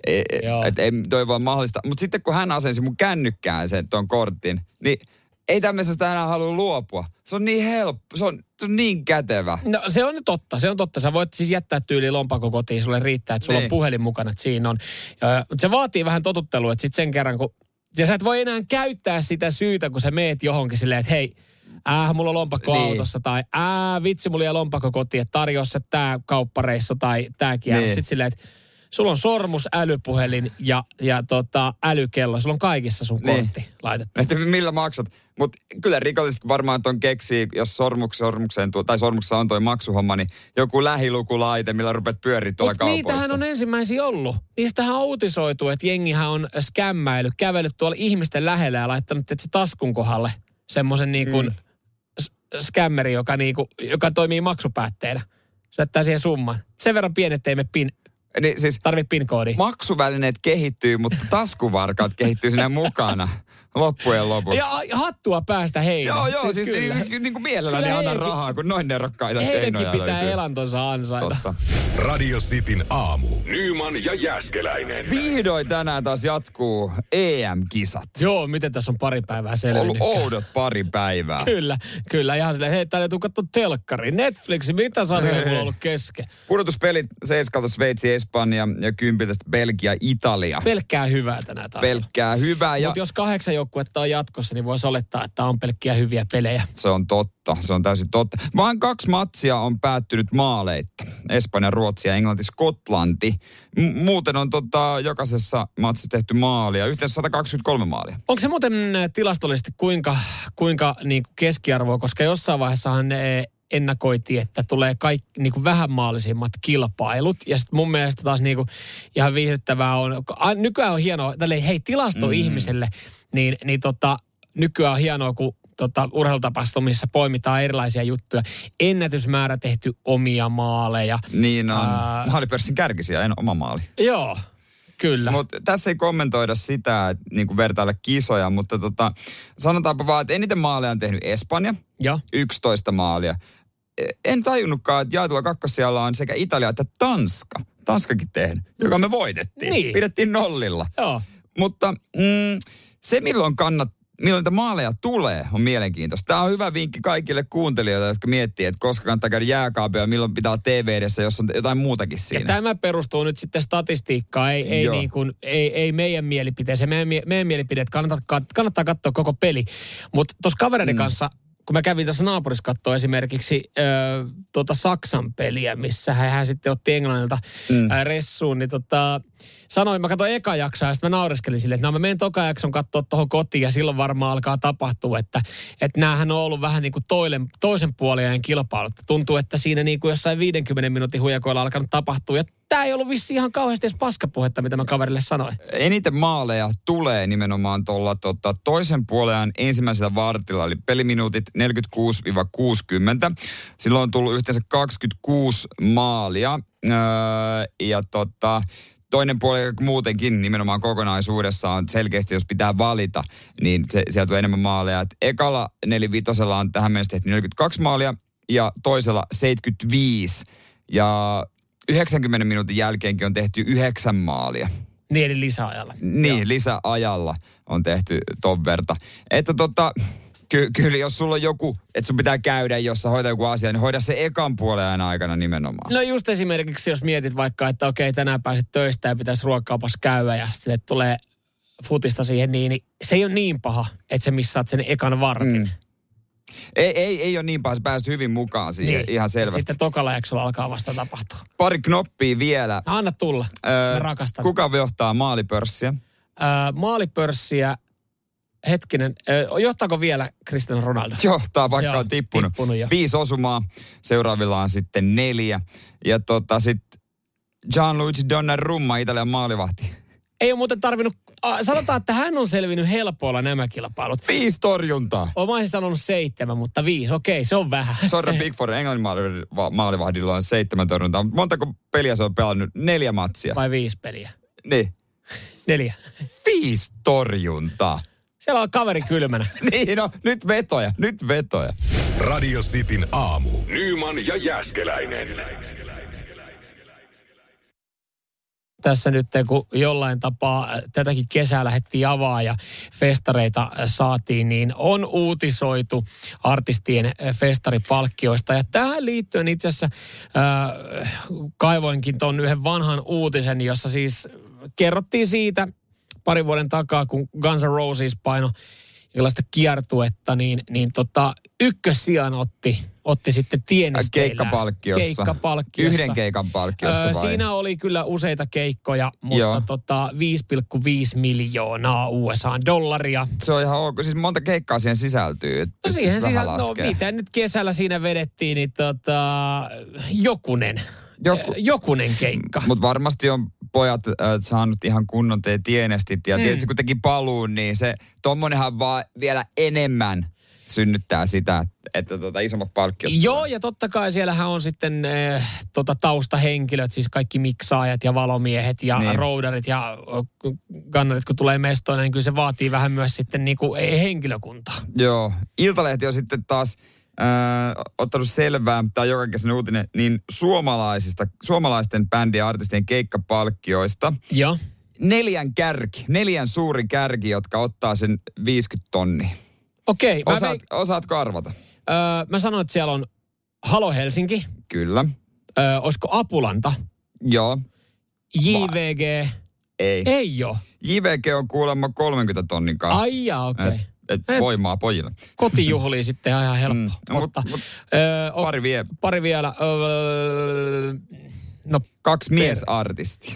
Speaker 2: E,
Speaker 3: Joo.
Speaker 2: että ei toi voi mahdollista. Mutta sitten kun hän asensi mun kännykkään sen ton kortin, niin ei tämmöisestä enää halua luopua. Se on niin helppo, se on, se on niin kätevä.
Speaker 3: No se on totta, se on totta. Sä voit siis jättää tyyli lompakko kotiin, sulle riittää, että sulla
Speaker 2: Niin.
Speaker 3: on puhelin mukana, että siinä on. Ja, mutta se vaatii vähän totuttelua, että sit sen kerran kun... Ja sä et voi enää käyttää sitä syytä, kun sä meet johonkin silleen, että hei, äh, mulla on lompakko
Speaker 2: Niin.
Speaker 3: niin. autossa, tai äh, vitsi, mulla jäi lompakko kotiin, että tarjossa se tää kauppareissu tai tää kierros.
Speaker 2: Niin.
Speaker 3: Niin. Sitten silleen, että sulla on sormus, älypuhelin ja, ja tota, älykello. Sulla on kaikissa sun
Speaker 2: Niin.
Speaker 3: kortti laitettu.
Speaker 2: Että millä maksat. Mutta kyllä rikolliset varmaan ton keksii, jos sormuks, sormukseen tuo, tai sormuksessa on toi maksuhomma, niin joku lähilukulaite, millä rupeat pyörit tuolla
Speaker 3: Mut
Speaker 2: kaupoissa.
Speaker 3: niitähän on ensimmäisiä ollut. Niistähän on uutisoitu, että jengihän on skämmäillyt, kävellyt tuolla ihmisten lähellä ja laittanut että se taskun kohdalle semmoisen niin kuin mm. skämmeri, joka, niin kuin, joka toimii maksupäätteenä. Se jättää siihen summan. Sen verran pieni, ettei me pin,
Speaker 2: Niin siis
Speaker 3: tarvi PIN-koodia.
Speaker 2: maksuvälineet kehittyy, mutta taskuvarkaat kehittyy siinä mukana loppujen lopuksi.
Speaker 3: ja ai, hattua päästä heinä.
Speaker 2: joo, joo, siis
Speaker 3: kyllä.
Speaker 2: niin, niin, niin kuin mielelläni
Speaker 3: Kyllä
Speaker 2: annan
Speaker 3: heidänkin-
Speaker 2: rahaa, kun noin nerokkaita
Speaker 3: Heidänkin
Speaker 2: keinoja
Speaker 3: pitää
Speaker 2: löytyy.
Speaker 3: elantonsa ansaita.
Speaker 2: Totta.
Speaker 1: Radio Cityn aamu. Nyman ja Jääskeläinen.
Speaker 2: Vihdoin tänään taas jatkuu EM-kisat.
Speaker 3: Joo, miten tässä on pari päivää
Speaker 2: Ollut
Speaker 3: selvinnyt.
Speaker 2: oudot pari päivää.
Speaker 3: Kyllä, kyllä. Ihan silleen, hei, täällä tuu katsoa telkkari. Netflixi, mitä
Speaker 2: *laughs*
Speaker 3: sarjoja mulla on ollut kesken?
Speaker 2: Pudotuspelit seiskalta Sveitsi, Espanja ja kympiltästä Belgia, Italia.
Speaker 3: Pelkkää hyvää tänä tarjolla.
Speaker 2: Pelkkää hyvää ja
Speaker 3: Mutta jos kahdeksan joukkuetta on jatkossa, niin voisi olettaa, että on pelkkiä hyviä pelejä.
Speaker 2: se on totta. Se on täysin totta. Vain kaksi matsia on päättynyt maaleitta. Espanja, Ruotsi ja Englanti, Skotlanti. M- muuten on tota, jokaisessa matsissa tehty maalia. Yhteensä 123 maalia.
Speaker 3: Onko se muuten äh, tilastollisesti kuinka, kuinka niin kuin keskiarvoa, koska jossain vaiheessahan äh, ennakoitiin, että tulee kaikki niin kuin vähän maalisimmat kilpailut. Ja sitten mun mielestä taas niin kuin ihan viihdyttävää on, a- nykyään on hienoa, tälleen, hei tilasto mm. ihmiselle, niin, niin tota, nykyään on hienoa, kun tota, urheilutapahtumissa poimitaan erilaisia juttuja. Ennätysmäärä tehty omia maaleja.
Speaker 2: Niin on.
Speaker 3: Ää.
Speaker 2: Maalipörssin kärkisiä, en oma maali.
Speaker 3: Joo, kyllä.
Speaker 2: Mutta tässä ei kommentoida sitä, että niinku vertailla kisoja, mutta tota, sanotaanpa vaan, että eniten maaleja on tehnyt Espanja.
Speaker 3: Joo.
Speaker 2: 11 maalia. E, en tajunnutkaan, että jaetulla kakkosijalla on sekä Italia että Tanska. Tanskakin tehnyt, joka me voitettiin.
Speaker 3: Niin.
Speaker 2: Pidettiin nollilla.
Speaker 3: Joo.
Speaker 2: Mutta mm, se, milloin kannat, milloin niitä maaleja tulee, on mielenkiintoista. Tämä on hyvä vinkki kaikille kuuntelijoille, jotka miettii, että koska kannattaa käydä jääkaapilla ja milloin pitää TV edessä, jos on jotain muutakin
Speaker 3: Ja
Speaker 2: siinä.
Speaker 3: tämä perustuu nyt sitten statistiikkaan, ei, ei,
Speaker 2: Joo.
Speaker 3: niin kuin, ei, ei meidän mielipiteeseen. Meidän, mie- meidän mielipide, että kannattaa, kat- kannattaa katsoa koko peli. Mutta tuossa kavereiden mm. kanssa, kun mä kävin tuossa naapurissa katsoa esimerkiksi ö, tuota Saksan peliä, missä hän, hän sitten otti Englannilta mm. ressuun, niin tota, sanoin, mä katsoin eka jaksoa ja sitten mä naureskelin silleen, että no mä menen toka jakson katsoa tuohon kotiin ja silloin varmaan alkaa tapahtua, että, että näähän on ollut vähän niin kuin toilen, toisen puolen kilpailut. Tuntuu, että siinä niin kuin jossain 50 minuutin huijakoilla alkanut tapahtua ja tämä ei ollut vissi ihan kauheasti edes paskapuhetta, mitä mä kaverille sanoin.
Speaker 2: Eniten maaleja tulee nimenomaan tuolla tota, toisen puolen ensimmäisellä vartilla, eli peliminuutit 46-60. Silloin on tullut yhteensä 26 maalia. Öö, ja tota, toinen puoli muutenkin nimenomaan kokonaisuudessaan selkeästi, jos pitää valita, niin se, sieltä on enemmän maaleja. Et ekalla nelivitosella on tähän mennessä tehty 42 maalia ja toisella 75. Ja 90 minuutin jälkeenkin on tehty yhdeksän maalia.
Speaker 3: Niin eli lisäajalla.
Speaker 2: Niin, lisäajalla on tehty ton verta. Että tota, ky- kyllä jos sulla on joku, että sun pitää käydä, jos sä hoitaa joku asia, niin hoida se ekan puolen ajan aikana nimenomaan.
Speaker 3: No just esimerkiksi, jos mietit vaikka, että okei, tänään pääsit töistä ja pitäisi ruokakaupassa käydä ja sille tulee futista siihen niin, niin se ei ole niin paha, että sä missaat sen ekan vartin. Mm.
Speaker 2: Ei, ei, ei ole niin paha, sä pääset hyvin mukaan siihen niin. ihan selvästi.
Speaker 3: Sitten tokalla jaksolla alkaa vasta tapahtua.
Speaker 2: Pari knoppia vielä.
Speaker 3: No, anna tulla. Öö, Mä rakastan. Kuka?
Speaker 2: kuka johtaa maalipörssiä? *laughs*
Speaker 3: Öö, maalipörssiä, hetkinen, öö, johtaako vielä Cristiano Ronaldo?
Speaker 2: Johtaa, vaikka
Speaker 3: Joo,
Speaker 2: on tippunut.
Speaker 3: tippunut jo.
Speaker 2: Viisi osumaa, seuraavilla on sitten neljä. Ja tota sitten Gianluigi Donnarumma, Italian maalivahti.
Speaker 3: Ei ole muuten tarvinnut, a, sanotaan, että hän on selvinnyt helpoilla nämä kilpailut.
Speaker 2: Viisi torjuntaa.
Speaker 3: Omaisin sanonut seitsemän, mutta viisi, okei, se on vähän.
Speaker 2: Sorre Pickford, englannin maali- va- maalivahdilla on seitsemän torjuntaa. Montako peliä se on pelannut? Neljä matsia.
Speaker 3: Vai viisi peliä?
Speaker 2: Niin.
Speaker 3: Neljä.
Speaker 2: Viisi torjuntaa. *laughs*
Speaker 3: Siellä on kaveri kylmänä.
Speaker 2: Niin no, nyt vetoja, nyt vetoja.
Speaker 3: Siis
Speaker 1: Radio Cityn aamu. Nyman ja Jäskeläinen.
Speaker 3: tässä nyt, kun jollain tapaa tätäkin kesää lähdettiin avaa ja festareita saatiin, niin on uutisoitu artistien festaripalkkioista. Ja tähän liittyen itse asiassa äh, kaivoinkin tuon yhden vanhan uutisen, jossa siis kerrottiin siitä parin vuoden takaa, kun Guns N' Roses paino jonkinlaista kiertuetta, niin, niin tota, ykkössijan otti, otti sitten tiennisteillä.
Speaker 2: Äh, Keikkapalkkiossa.
Speaker 3: Keikkapalkkiossa.
Speaker 2: Yhden keikan palkkiossa
Speaker 3: Öö,
Speaker 2: vai?
Speaker 3: Siinä oli kyllä useita keikkoja,
Speaker 2: Joo.
Speaker 3: mutta tota 5,5 miljoonaa USA-dollaria.
Speaker 2: Se on ihan ok. Siis monta keikkaa siihen sisältyy. et
Speaker 3: No
Speaker 2: pystyisi
Speaker 3: siihen
Speaker 2: vähän
Speaker 3: sisältö, no
Speaker 2: siis laskee.
Speaker 3: mitä nyt kesällä siinä vedettiin, niin tota, jokunen.
Speaker 2: Joku-
Speaker 3: Joku. Jokunen keikka.
Speaker 2: Mutta varmasti on pojat äh, saanut ihan kunnon te tienestit.
Speaker 3: Hmm.
Speaker 2: Ja tietysti kun teki paluun, niin se tommonenhan vaan vielä enemmän synnyttää sitä, että tota isommat palkkiot.
Speaker 3: Joo, ja totta kai siellähän on sitten äh, tota, taustahenkilöt, siis kaikki miksaajat ja valomiehet ja
Speaker 2: Niin.
Speaker 3: niin. roudarit ja äh, kannarit, kun tulee mestoille, niin kyllä se vaatii vähän myös sitten niinku eh, henkilökuntaa.
Speaker 2: Joo. Iltalehti on sitten taas äh, ottanut selvää, tämä on joka kesän uutinen, niin suomalaisista, suomalaisten bändien ja artistien keikkapalkkioista.
Speaker 3: Joo.
Speaker 2: Neljän kärki, neljän suuri kärki, jotka ottaa sen 50 tonnia.
Speaker 3: Okei, okay, mä,
Speaker 2: Osaat,
Speaker 3: veik-
Speaker 2: osaatko arvata?
Speaker 3: öö, mä sanoin, että siellä on Halo Helsinki,
Speaker 2: Kyllä.
Speaker 3: öö, olisiko Apulanta,
Speaker 2: Joo.
Speaker 3: JVG,
Speaker 2: Ei.
Speaker 3: ei ole.
Speaker 2: JVG on kuulemma 30 tonnin kanssa.
Speaker 3: Ai jaa, okei. Okay.
Speaker 2: Et, et voimaa pojille.
Speaker 3: Kotijuhliin sitten on ihan helppo.
Speaker 2: Mm,
Speaker 3: Mm,
Speaker 2: mut-
Speaker 3: mutta,
Speaker 2: mut-
Speaker 3: öö, o-
Speaker 2: Pari vie,
Speaker 3: pari vielä. Öö, no,
Speaker 2: kaksi miesartistia.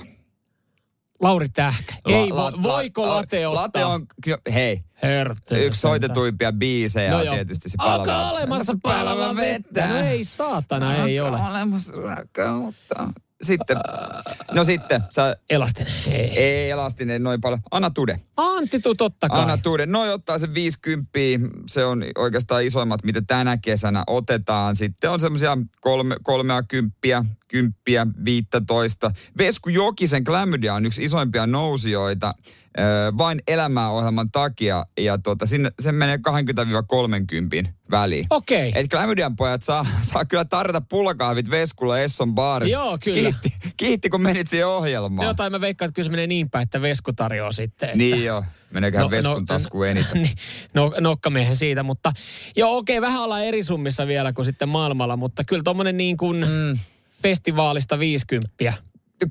Speaker 3: Lauri Tähkä. La, ei, la,
Speaker 2: la-
Speaker 3: voiko
Speaker 2: la-
Speaker 3: late ottaa?
Speaker 2: Late on, hei,
Speaker 3: Herttö,
Speaker 2: Yksi soitetuimpia biisejä no
Speaker 3: No
Speaker 2: on
Speaker 3: joo.
Speaker 2: tietysti se
Speaker 3: Alkaa olemassa palava vettä. No ei saatana, ei ole.
Speaker 2: Alkaa olemassa rakkautta. Sitten, no sitten, sä,
Speaker 3: Elastinen. Ei.
Speaker 2: ei elastinen noin paljon. Anna Tude.
Speaker 3: Antti, tuu totta kai.
Speaker 2: Anna Tude. Noi ottaa sen 50. Se on oikeastaan isoimmat, mitä tänä kesänä otetaan. Sitten on semmoisia kolme, kolmea kymppiä, kymppiä, 15. Vesku Jokisen Klämydia on yksi isoimpia nousijoita ö, vain elämäohjelman takia. Ja tuota, sinne, sen menee 20-30 väliin.
Speaker 3: Okei.
Speaker 2: Et Klämydian pojat saa, saa kyllä tarjota pullakahvit Veskulla Esson baarissa.
Speaker 3: Joo, kyllä.
Speaker 2: Kiitti, kiitti kun menit siihen ohjelmaan.
Speaker 3: Joo, tai mä veikkaan, että kyllä se menee niin päin, että Vesku tarjoaa sitten. Että...
Speaker 2: Niin joo, meneeköhän no, Veskun no, taskuun eniten.
Speaker 3: *laughs* niin, no, nokkamiehen siitä, mutta joo okei, okay, vähän ollaan eri summissa vielä kuin sitten maailmalla, mutta kyllä tommonen niin kuin mm. festivaalista 50.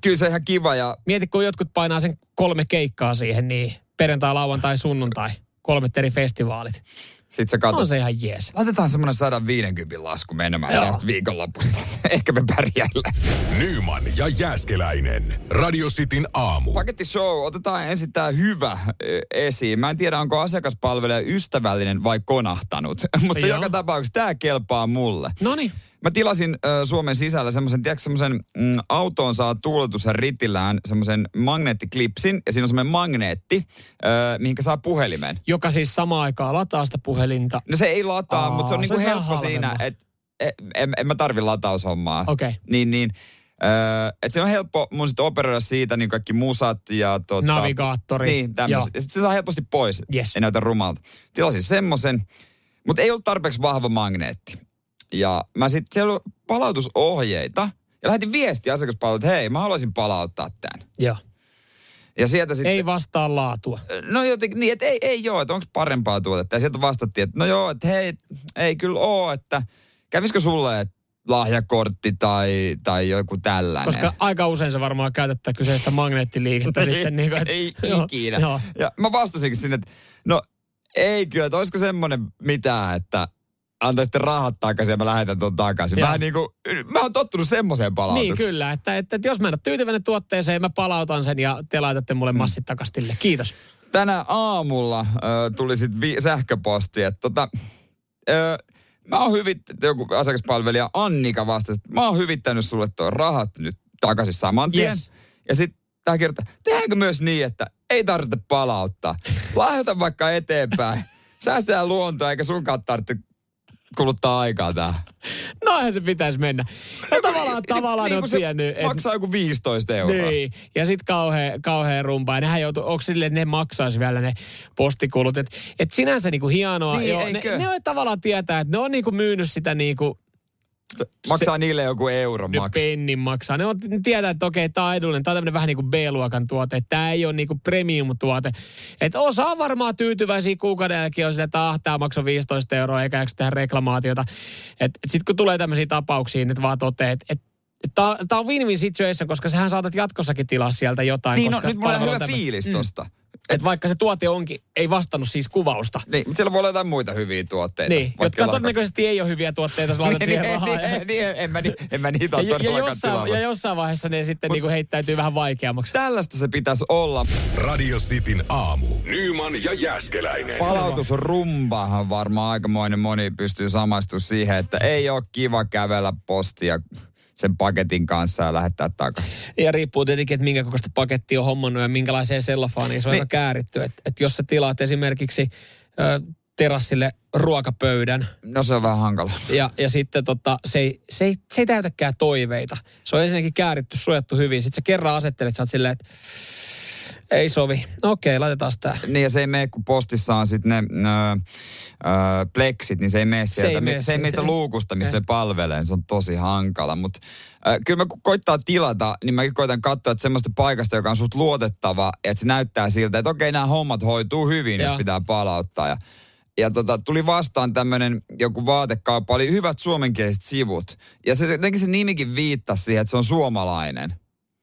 Speaker 2: Kyllä se ihan kiva ja
Speaker 3: Mieti, kun jotkut painaa sen kolme keikkaa siihen, niin perjantai, lauantai, sunnuntai, kolmet eri festivaalit.
Speaker 2: sit sä katsot.
Speaker 3: On se ihan jees.
Speaker 2: Laitetaan semmoinen 150 lasku menemään
Speaker 3: Joo.
Speaker 2: tästä viikonlopusta. *laughs* Ehkä me pärjäillään.
Speaker 1: Nyman ja Jääskeläinen. Radio Cityn aamu.
Speaker 2: Paketti show, otetaan ensin tämä hyvä ö, esiin. Mä en tiedä, onko asiakaspalvelija ystävällinen vai konahtanut, *laughs* mutta
Speaker 3: Joo.
Speaker 2: joka tapauksessa tämä kelpaa mulle.
Speaker 3: Noniin.
Speaker 2: Mä tilasin ö, Suomen sisällä semmoisen, tiedätkö semmoisen mm, autoon saa tuuletussa ritillään semmoisen magneettiklipsin ja siinä on semmoinen magneetti, ö, mihinkä saa puhelimen.
Speaker 3: Joka siis samaan aikaan lataa sitä puhelinta.
Speaker 2: No se ei lataa,
Speaker 3: Aa,
Speaker 2: mutta se on
Speaker 3: se
Speaker 2: niinku
Speaker 3: on vähän
Speaker 2: helppo siinä,
Speaker 3: halvemmin.
Speaker 2: että en, en mä tarvi lataushommaa.
Speaker 3: Okei.
Speaker 2: Niin, niin. Öö, et se on helppo mun sitten operoida siitä niin kaikki musat ja tota,
Speaker 3: Navigaattori.
Speaker 2: Niin,
Speaker 3: Joo.
Speaker 2: tämmöset. Sitten se saa helposti pois.
Speaker 3: Yes.
Speaker 2: Ei näytä rumalta. Tilasin semmosen, mutta ei ollut tarpeeksi vahva magneetti. Ja mä sitten, siellä oli palautusohjeita. Ja lähetin viestiä asiakaspalveluun, että hei, mä haluaisin palauttaa tämän.
Speaker 3: Joo.
Speaker 2: Ja sieltä sitten...
Speaker 3: Ei vastaa laatua.
Speaker 2: No jotenkin niin, että ei, ei joo, että onko parempaa tuotetta. Ja sieltä vastattiin, että no joo, että hei, ei kyllä oo, että kävisikö sulle että lahjakortti tai, tai joku tällainen.
Speaker 3: Koska aika usein se varmaan käytetään kyseistä magneettiliikettä sitten. Niin kuin,
Speaker 2: No ei
Speaker 3: *laughs* joo,
Speaker 2: ikinä.
Speaker 3: Joo.
Speaker 2: Ja mä vastasinkin sinne, että no ei kyllä, että olisiko semmoinen mitään, että antaisitte rahat takaisin ja mä lähetän ton takaisin.
Speaker 3: Joo.
Speaker 2: Vähän niin kuin, mä oon tottunut semmoiseen palautukseen.
Speaker 3: Niin kyllä, että, että, että jos mä en ole tyytyväinen tuotteeseen, mä palautan sen ja te laitatte
Speaker 2: Mm.
Speaker 3: mulle massit takastille. Kiitos.
Speaker 2: tänä aamulla ö, tuli sit vi- sähköposti, että tota, ö, mä oon hyvittänyt, joku asiakaspalvelija Annika vastasi, että mä oon hyvittänyt sulle tuo rahat nyt takaisin saman tien.
Speaker 3: Yes.
Speaker 2: Ja sitten tää kirjoittaa, tehdäänkö myös niin, että ei tarvitse palauttaa. Lahjoita vaikka
Speaker 3: *laughs*
Speaker 2: eteenpäin. Säästetään luontoa, eikä sunkaan tarvitse kuluttaa aikaa tähän.
Speaker 3: Noihän No, se pitäisi mennä. Ja tavallaan,
Speaker 2: *laughs*
Speaker 3: tavallaan
Speaker 2: Niin
Speaker 3: on
Speaker 2: kun se
Speaker 3: tiennyt, että...
Speaker 2: Maksaa joku 15 euroa.
Speaker 3: Niin, ja sitten kauhean, kauhean rumpa. Ja nehän joutuu, onko sille, ne maksaisi vielä ne postikulut. Et, et sinänsä niinku hienoa.
Speaker 2: Niin,
Speaker 3: joo, ne,
Speaker 2: eikö?
Speaker 3: ne on tavallaan tietää, että ne on niinku myynyt sitä niinku
Speaker 2: Maksaa niille joku euro
Speaker 3: Maks.
Speaker 2: maksaa.
Speaker 3: pennin maksaa. Ne, on, ne tietää, että okei, tämä on edullinen. Tämä on tämmöinen vähän niin kuin B-luokan tuote. Tämä ei ole niin kuin premium-tuote. Että osa on varmaan tyytyväisiä kuukauden jälkeen on sitä, että ah, tämä maksoi 15 euroa, eikä eikö tehdä reklamaatiota. Että et sitten kun tulee tämmöisiä tapauksia, niin et vaan toteaa, että et, Tämä on win-win situation, koska sähän saatat jatkossakin tilaa sieltä jotain.
Speaker 2: Niin, no,
Speaker 3: koska
Speaker 2: nyt mulla on
Speaker 3: palvelu
Speaker 2: hyvä
Speaker 3: tämmöistä.
Speaker 2: fiilis tosta.
Speaker 3: Et vaikka se tuote onkin, ei vastannut siis kuvausta.
Speaker 2: Niin, mutta siellä voi olla jotain muita hyviä tuotteita.
Speaker 3: Niin,
Speaker 2: no, Vaikka
Speaker 3: jotka
Speaker 2: lakat-
Speaker 3: todennäköisesti ei ole hyviä tuotteita, sä laitat
Speaker 2: niin,
Speaker 3: siihen rahaa.
Speaker 2: niin, niin, niin, en mä, ni- en mä niitä
Speaker 3: Ja,
Speaker 2: ole
Speaker 3: ja, ja,
Speaker 2: todellakaan
Speaker 3: jossain, ja
Speaker 2: tilaamassa.
Speaker 3: jossain vaiheessa ne sitten niinku heittäytyy vähän vaikeammaksi.
Speaker 2: Tällaista se pitäisi olla.
Speaker 1: Radio Cityn aamu. Nyman ja Jääskeläinen.
Speaker 2: Palautusrumbahan varmaan aikamoinen moni pystyy samaistumaan siihen, että ei ole kiva kävellä postia sen paketin kanssa ja lähettää takaisin.
Speaker 3: Ja riippuu tietenkin, että minkä kokoista pakettia on hommannut ja minkälaiseen sellofaaniin se on
Speaker 2: Niin.
Speaker 3: aika kääritty. Että et jos sä tilaat esimerkiksi ö, terassille ruokapöydän
Speaker 2: No se on vähän hankala.
Speaker 3: ja, ja sitten tota, se, ei, se, ei, se ei täytäkään toiveita. Se on ensinnäkin kääritty, suojattu hyvin. Sitten sä kerran asettelet, sä oot silleen, että ei sovi. No Okei, laitetaan tää.
Speaker 2: Niin ja se ei mene, kun postissa on sitten ne öö, öö, pleksit, niin se ei mene sieltä. Se ei mene, se ei mene sitä
Speaker 3: sieltä.
Speaker 2: luukusta, missä se palvelee. niin Se on tosi hankala. Mutta kyllä mä kun koittaa tilata, niin mäkin koitan katsoa, että semmoista paikasta, joka on suht luotettava, että se näyttää siltä, että okei, nämä hommat hoituu hyvin,
Speaker 3: Joo.
Speaker 2: jos pitää palauttaa. Ja, ja tota, tuli vastaan tämmöinen joku vaatekauppa, oli hyvät suomenkieliset sivut. Ja se, jotenkin se nimikin viittasi siihen, että se on suomalainen.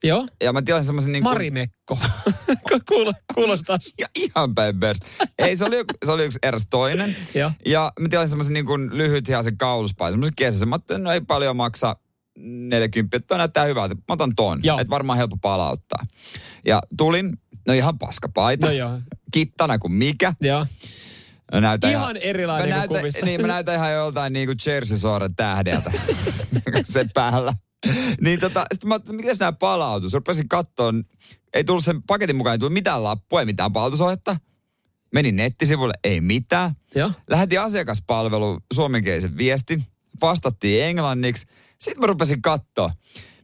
Speaker 3: Joo,
Speaker 2: Ja mä tilasin semmoisen... Niin kuin,
Speaker 3: Marimekko. *laughs* Kuulo- Kuulostaa. s-
Speaker 2: ja ihan päin perstä. Ei, se oli, joku- se oli yksi eräs toinen.
Speaker 3: Joo.
Speaker 2: Ja mä tilasin semmoisen niin kuin lyhyt hihasen kauluspain, semmoisen kesäisen. Mä ajattelin, no ei paljon maksa 40, toi näyttää hyvältä. Mä otan ton,
Speaker 3: Joo.
Speaker 2: että varmaan helppo palauttaa. Ja tulin, no ihan paskapaita.
Speaker 3: No joo.
Speaker 2: Kittana kuin mikä.
Speaker 3: Joo.
Speaker 2: Mä näytän
Speaker 3: Ihan erilainen
Speaker 2: mä
Speaker 3: kuin
Speaker 2: näytän,
Speaker 3: kuvissa.
Speaker 2: Niin, mä näytän ihan joltain niinku Jersey-sooren tähdeltä *laughs* niinku se päällä. Niin tota, sit mä ajattelin, miten nämä palautus? Rupesin katsoa, ei tullut sen paketin mukaan, ei tullut mitään lappua, ei mitään palautusohjetta. Menin nettisivulle, ei mitään.
Speaker 3: Joo.
Speaker 2: Lähetin asiakaspalvelu suomenkielisen viestin, vastattiin englanniksi. Sitten mä rupesin katsoa.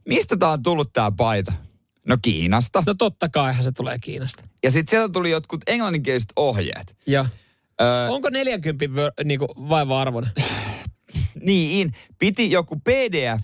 Speaker 2: mistä tää on tullut tää paita? No Kiinasta.
Speaker 3: No totta kaihan se tulee Kiinasta.
Speaker 2: Ja sitten sieltä tuli jotkut englanninkieliset ohjeet.
Speaker 3: Ja.
Speaker 2: Öö,
Speaker 3: Onko 40 vö- niinku vaiva-arvona?
Speaker 2: niin, piti joku pdf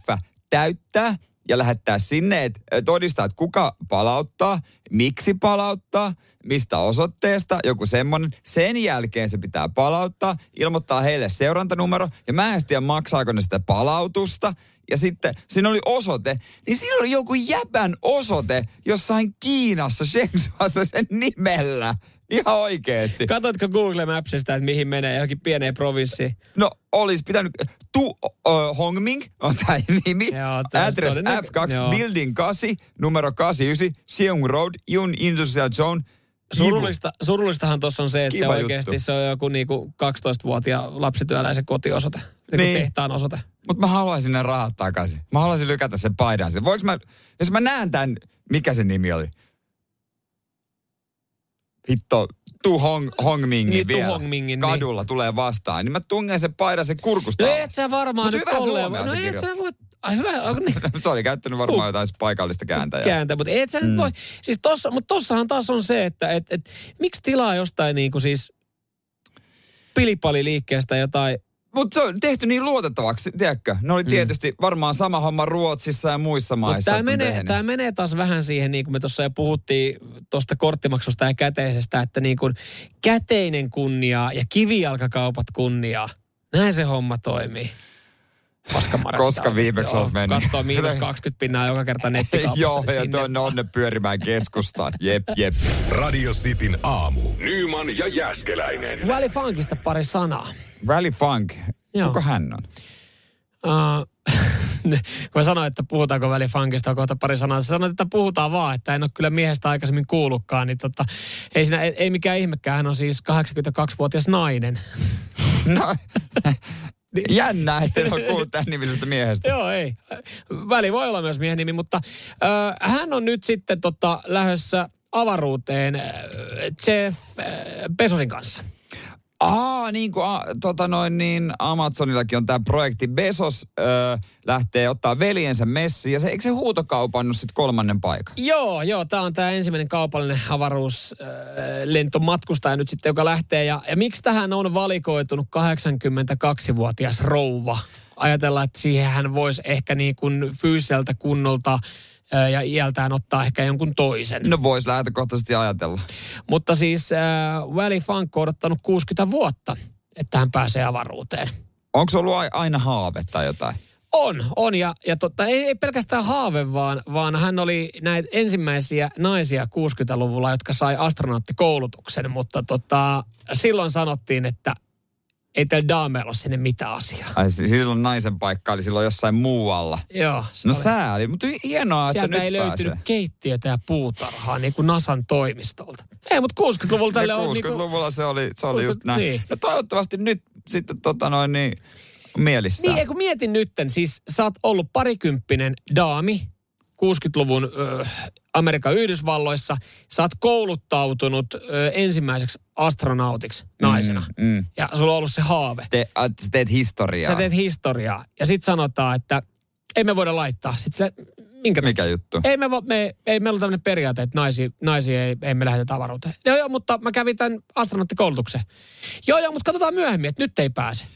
Speaker 2: täyttää ja lähettää sinne, että todistaa, että kuka palauttaa, miksi palauttaa, mistä osoitteesta, joku semmoinen. Sen jälkeen se pitää palauttaa, ilmoittaa heille seurantanumero, ja mä en tiedä, maksaako ne sitä palautusta. Ja sitten siinä oli osoite, niin siinä oli joku jäbän osoite jossain Kiinassa, Shengsuassa sen nimellä. Ihan oikeesti.
Speaker 3: Katoitko Google Mapsista, että mihin menee johonkin pieneen provinssiin?
Speaker 2: No, olisi pitänyt... Tu uh, Hongming on tämä nimi.
Speaker 3: Joo, tää olisi
Speaker 2: Address
Speaker 3: todennäkö-
Speaker 2: F2,
Speaker 3: joo.
Speaker 2: Building 8, numero 89, Seung Road, Yun Industrial Zone. Ibu.
Speaker 3: Surullista, surullistahan tuossa on se, että se
Speaker 2: Kiva
Speaker 3: oikeasti
Speaker 2: juttu.
Speaker 3: se on joku niinku 12-vuotiaan lapsityöläisen kotiosoite. Niin.
Speaker 2: Niin.
Speaker 3: Tehtaan osoite.
Speaker 2: Mut mä haluaisin ne rahat takaisin. Mä haluaisin lykätä sen paidan. sen. Voinko mä, jos mä näen tämän, mikä se nimi oli? Hitto, Tu Hong, Hongmingin
Speaker 3: Niin, Tu
Speaker 2: vielä.
Speaker 3: Hongmingin, niin.
Speaker 2: Kadulla tulee vastaan. Niin mä tungen sen paidan sen kurkusta
Speaker 3: No
Speaker 2: alas.
Speaker 3: et sä varmaan
Speaker 2: Mut
Speaker 3: nyt
Speaker 2: hyvä
Speaker 3: tolleen-
Speaker 2: suomea
Speaker 3: No
Speaker 2: se
Speaker 3: et sä
Speaker 2: kirjoittaa.
Speaker 3: voi... Ai hyvä, onko
Speaker 2: *laughs*
Speaker 3: niin?
Speaker 2: Se oli käyttänyt varmaan jotain paikallista kääntäjää.
Speaker 3: kääntä, mutta et sä mm. nyt voi, siis tossa, mutta tossahan taas on se, että et, et, miksi tilaa jostain niinku siis pilipaliliikkeestä jotain,
Speaker 2: Mutta se on tehty niin luotettavaksi, tiedätkö? Ne oli tietysti varmaan sama homma Ruotsissa ja muissa
Speaker 3: mutta
Speaker 2: maissa.
Speaker 3: tämä
Speaker 2: että on
Speaker 3: menee,
Speaker 2: tehnyt.
Speaker 3: Mm. tää menee taas vähän siihen, niin kuin me tuossa jo puhuttiin tuosta korttimaksusta ja käteisestä, että niin kuin käteinen kunniaa ja kivijalkakaupat kunniaa, näin se homma toimii. Koska, marastaa
Speaker 2: Koska viimeksi
Speaker 3: oikeasti,
Speaker 2: olet
Speaker 3: joo.
Speaker 2: mennyt. *laughs*
Speaker 3: Katsoo miinus 20 pinnaa joka kerta nettikaupassa
Speaker 2: Joo, ja
Speaker 3: sinne.
Speaker 2: tuonne onne pyörimään keskustaan. Jep, jep.
Speaker 1: Radio Cityn aamu. Nyman ja Jääskeläinen.
Speaker 3: Wally Funkista pari sanaa.
Speaker 2: Rally Funk,
Speaker 3: Joo.
Speaker 2: kuka hän on?
Speaker 3: Ah, *laughs* kun mä sanoin, että puhutaanko välifankista, on kohta pari sanaa. Sä sanoit, että puhutaan vaan, että en ole kyllä miehestä aikaisemmin kuullutkaan. Niin tota, ei, siinä, ei, ei mikään ihmekään, hän on siis 82-vuotias nainen. *laughs*
Speaker 2: No, jännä, että en ole kuullut tämän nimisestä miehestä.
Speaker 3: Joo, ei. Väli voi olla myös miehen nimi, mutta ö, hän on nyt sitten tota, lähdössä avaruuteen ö, Jeff ö, Bezosin kanssa.
Speaker 2: Aa, niin kuin a, tota noin, niin Amazonillakin on tämä projekti. Bezos ö, lähtee ottaa veljensä messiin ja se, eikö se huutokaupannut sitten kolmannen paikan?
Speaker 3: Joo, joo, tämä on tämä ensimmäinen kaupallinen avaruuslentomatkustaja nyt sitten, joka lähtee. Ja, ja miksi tähän on valikoitunut 82-vuotias rouva? Ajatellaan, että siihen hän voisi ehkä niin kuin fyysiseltä kunnolta ö, ja iältään ottaa ehkä jonkun toisen.
Speaker 2: No voisi lähtökohtaisesti ajatella.
Speaker 3: Mutta siis äh, Wally Funk on odottanut 60 vuotta, että hän pääsee avaruuteen.
Speaker 2: Onko se ollut ai- aina haave tai jotain?
Speaker 3: On, on. Ja, ja totta, ei, ei pelkästään haave, vaan, vaan hän oli näitä ensimmäisiä naisia 60-luvulla, jotka sai astronauttikoulutuksen. Mutta tota, silloin sanottiin, että ei tällä daameilla ole sinne mitään asiaa.
Speaker 2: Ai, si- silloin naisen paikka oli silloin jossain muualla.
Speaker 3: Joo, se
Speaker 2: No
Speaker 3: oli-
Speaker 2: sääli, mutta hi- hienoa, että
Speaker 3: Sieltä
Speaker 2: nyt
Speaker 3: ei löytynyt
Speaker 2: pääsee.
Speaker 3: keittiötä ja puutarhaa niin kuin Nasan toimistolta. Ei, mutta 60-luvulla tälle
Speaker 2: Ja
Speaker 3: on niin kuin,
Speaker 2: 60-luvulla se oli, se oli just
Speaker 3: Kuinka-
Speaker 2: näin.
Speaker 3: niin.
Speaker 2: No toivottavasti nyt sitten tota noin niin mielissään.
Speaker 3: Niin, ei kun mietin nytten, siis sä oot ollut parikymppinen daami 60-luvun ö, Amerikan Yhdysvalloissa. Sä oot kouluttautunut ö, ensimmäiseksi astronautiksi naisena.
Speaker 2: Mm, mm.
Speaker 3: Ja sulla on ollut se haave.
Speaker 2: Te, a, sä teet historiaa.
Speaker 3: Sä teet historiaa. Ja sit sanotaan, että ei me voida laittaa. Sit sille, minkä
Speaker 2: Mikä juttu?
Speaker 3: ei, me, vo- me, ei meillä ole tämmöinen periaate, että naisia, naisia ei, ei me lähetetä avaruuteen. Joo, joo, mutta mä kävin tämän astronauttikoulutuksen. Joo, joo, mutta katsotaan myöhemmin, että nyt ei pääse.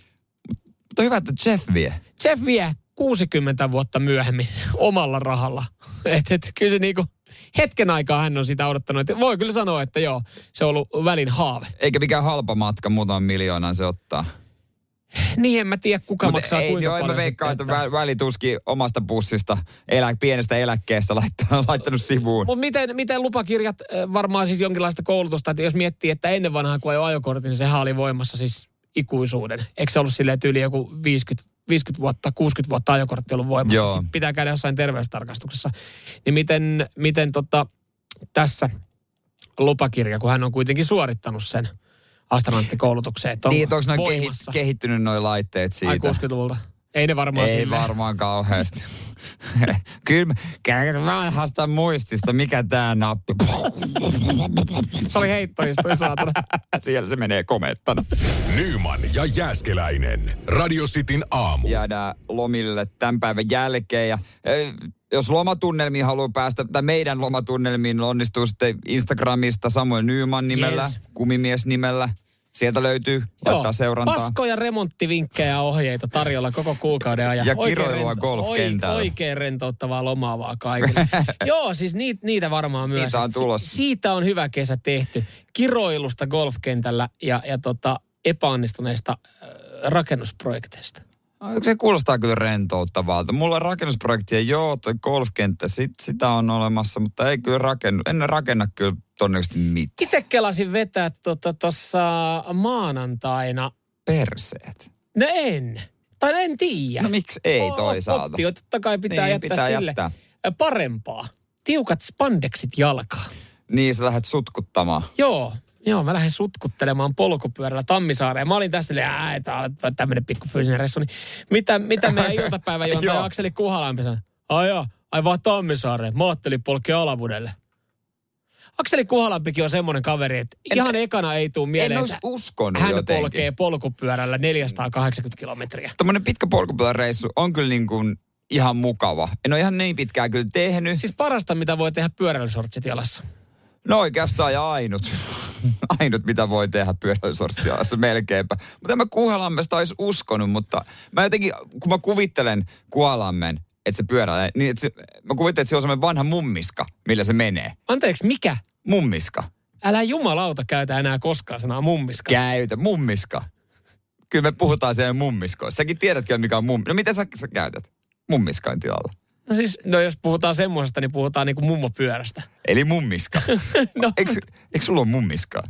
Speaker 2: Mutta hyvä, että Jeff vie.
Speaker 3: se vie 60 vuotta myöhemmin omalla rahalla. *laughs* Et, et, kyllä se niinku, hetken aikaa hän on sitä odottanut. Et voi kyllä sanoa, että joo, se on ollut välin haave.
Speaker 2: Eikä mikään halpa matka, muutaman miljoonan se ottaa.
Speaker 3: Niin en mä tiedä, kuka
Speaker 2: Mut
Speaker 3: maksaa
Speaker 2: ei,
Speaker 3: kuinka
Speaker 2: joo, en
Speaker 3: paljon.
Speaker 2: mä veikkaan,
Speaker 3: sitten,
Speaker 2: että vä- välituskin omasta pussista, elä, pienestä eläkkeestä laittaa, laittanut sivuun.
Speaker 3: Mutta miten, miten lupakirjat, äh, varmaan siis jonkinlaista koulutusta, että jos miettii, että ennen vanhaa kun ajoi ajokortin, niin sehän oli voimassa siis ikuisuuden. Eikö se ollut silleen tyyli joku 50, 50 vuotta, 60 vuotta ajokortti ollut voimassa?
Speaker 2: Joo.
Speaker 3: Sitten pitää käydä jossain terveystarkastuksessa. Niin miten, miten tota, tässä lupakirja, kun hän on kuitenkin suorittanut sen astronauttikoulutuksen, että on
Speaker 2: Niin, että onko noin
Speaker 3: voimassa
Speaker 2: kehi- kehittynyt noin laitteet siitä?
Speaker 3: ai 60-luvulta. Ei ne varmaan
Speaker 2: Ei
Speaker 3: silleen.
Speaker 2: varmaan kauheasti. *laughs* Kyllä, mä- käy vanhasta muistista, mikä tää nappi. *laughs*
Speaker 3: Se oli heittoistoja, saatana.
Speaker 2: Siellä se menee komettana.
Speaker 1: Nyman ja Jääskeläinen. Radio Cityn aamu.
Speaker 2: Jäädään lomille tämän päivän jälkeen ja ö, jos lomatunnelmiin haluaa päästä, tai meidän lomatunnelmiin onnistuu sitten Instagramista Samuel Nyman nimellä,
Speaker 3: Yes.
Speaker 2: yes. kumimies nimellä. Sieltä löytyy, laittaa seurantaa.
Speaker 3: Paskoja remonttivinkkejä ja ohjeita tarjolla koko kuukauden ajan.
Speaker 2: Ja
Speaker 3: Oikein
Speaker 2: kiroilua golfkentällä.
Speaker 3: oi- Oikein rentouttavaa lomaa vaan
Speaker 2: *laughs*
Speaker 3: kaikille. Joo, siis niit, niitä varmaan myös.
Speaker 2: Niitä on
Speaker 3: Si-
Speaker 2: tulossa.
Speaker 3: siitä on hyvä kesä tehty. Kiroilusta golfkentällä ja, ja tota, epäonnistuneista äh, rakennusprojekteista.
Speaker 2: Ai, No, Se kuulostaa kyllä rentouttavalta. Mulla on rakennusprojektia, joo, toi golfkenttä, sit, sitä on olemassa, mutta ei kyllä rakennu, en rakenna kyllä todennäköisesti mitään.
Speaker 3: Itse kelasin vetää tuossa tota, tossa maanantaina.
Speaker 2: Perseet.
Speaker 3: No en. Tai en tiedä.
Speaker 2: No miksi ei
Speaker 3: O-
Speaker 2: toisaalta?
Speaker 3: Optio totta kai pitää
Speaker 2: Niin,
Speaker 3: jättää
Speaker 2: pitää
Speaker 3: sille
Speaker 2: jättää.
Speaker 3: Ö, parempaa. Tiukat spandeksit jalkaan.
Speaker 2: Niin, sä lähdet sutkuttamaan.
Speaker 3: Joo, joo, mä lähdin sutkuttelemaan polkupyörällä Tammisaareen. Mä olin tässä silleen, ää, tää on tämmönen pikku fyysinen ressu. Niin mitä, mitä meidän
Speaker 2: *laughs*
Speaker 3: iltapäivän
Speaker 2: Joo.
Speaker 3: juontaja Akseli Kuhalampi sanoi? Ai joo, ai vaan Tammisaareen. Mä ajattelin polkea alavudelle. Akseli Kuhalampikin on semmoinen kaveri, että ihan ekana ei tule
Speaker 2: en
Speaker 3: mieleen,
Speaker 2: olisi
Speaker 3: että
Speaker 2: uskonut
Speaker 3: hän
Speaker 2: jotenkin.
Speaker 3: polkee polkupyörällä 480 kilometriä.
Speaker 2: Tämmönen pitkä polkupyöräreissu on kyllä niin kuin ihan mukava. En ole ihan niin pitkää kyllä tehnyt.
Speaker 3: Siis parasta, mitä voi tehdä pyöräilysortsit jalassa.
Speaker 2: No oikeastaan ja ainut. *laughs* ainut, mitä voi tehdä pyöräilysorstialassa melkeinpä. Mutta en mä Kuhalammesta olisi uskonut, mutta mä jotenkin, kun mä kuvittelen Kuhalammen, että se pyöräilee, niin että se, mä kuvittelen, että se on semmoinen vanha mummiska, millä se menee.
Speaker 3: Anteeksi, mikä?
Speaker 2: Mummiska.
Speaker 3: Älä jumalauta käytä enää koskaan sanaa mummiska.
Speaker 2: Käytä, mummiska. Kyllä me puhutaan siellä mummiskoista. Säkin tiedät kyllä, mikä on mummi. No mitä sä, sä käytät mummiskain tilalla?
Speaker 3: No siis, no jos puhutaan semmoisesta, niin puhutaan niinku mummopyörästä.
Speaker 2: Eli mummiska.
Speaker 3: No.
Speaker 2: Eikö, eikö sulla ole mummiskaa?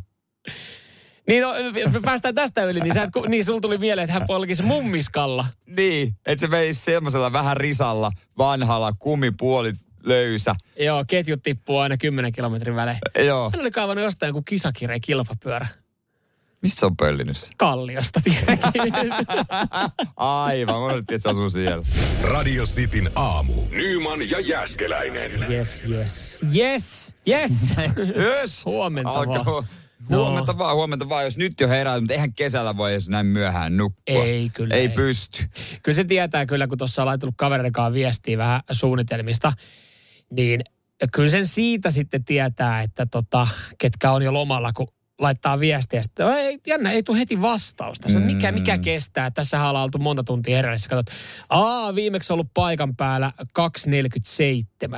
Speaker 3: Niin no, me päästään tästä yli, niin, sä et, ku- niin sulla tuli mieleen, että hän polkisi mummiskalla.
Speaker 2: Niin, että se veisi semmoisella vähän risalla, vanhalla, kumipuoli löysä.
Speaker 3: Joo, ketjut tippuu aina 10 kilometrin välein.
Speaker 2: Joo.
Speaker 3: Hän oli kaivannut jostain joku kisakireen kilpapyörä.
Speaker 2: Mistä se on pöllinyt?
Speaker 3: Kalliosta tietenkin.
Speaker 2: Aivan, mä unohdin, että se asuu siellä.
Speaker 1: Radio Cityn aamu. Nyman ja Jääskeläinen.
Speaker 3: yes, yes. Yes, *laughs* yes.
Speaker 2: Yes!
Speaker 3: Huomenta vaan.
Speaker 2: Alkaa. Huomenta no. vaan, huomenta vaan, jos nyt jo herää, mutta eihän kesällä voi edes näin myöhään nukkua.
Speaker 3: Ei, kyllä
Speaker 2: Ei
Speaker 3: ei.
Speaker 2: pysty.
Speaker 3: Kyllä se tietää kyllä, kun tuossa on laitellut kaverikaan viestiä vähän suunnitelmista, niin kyllä sen siitä sitten tietää, että tota, ketkä on jo lomalla, kun laittaa viestiä. Sitten, "No ei, jännä, ei tule heti vastausta. Se on mikä, mikä kestää. Tässä ollaan oltu monta tuntia herällessä. Katsot, aa, viimeksi ollut paikan päällä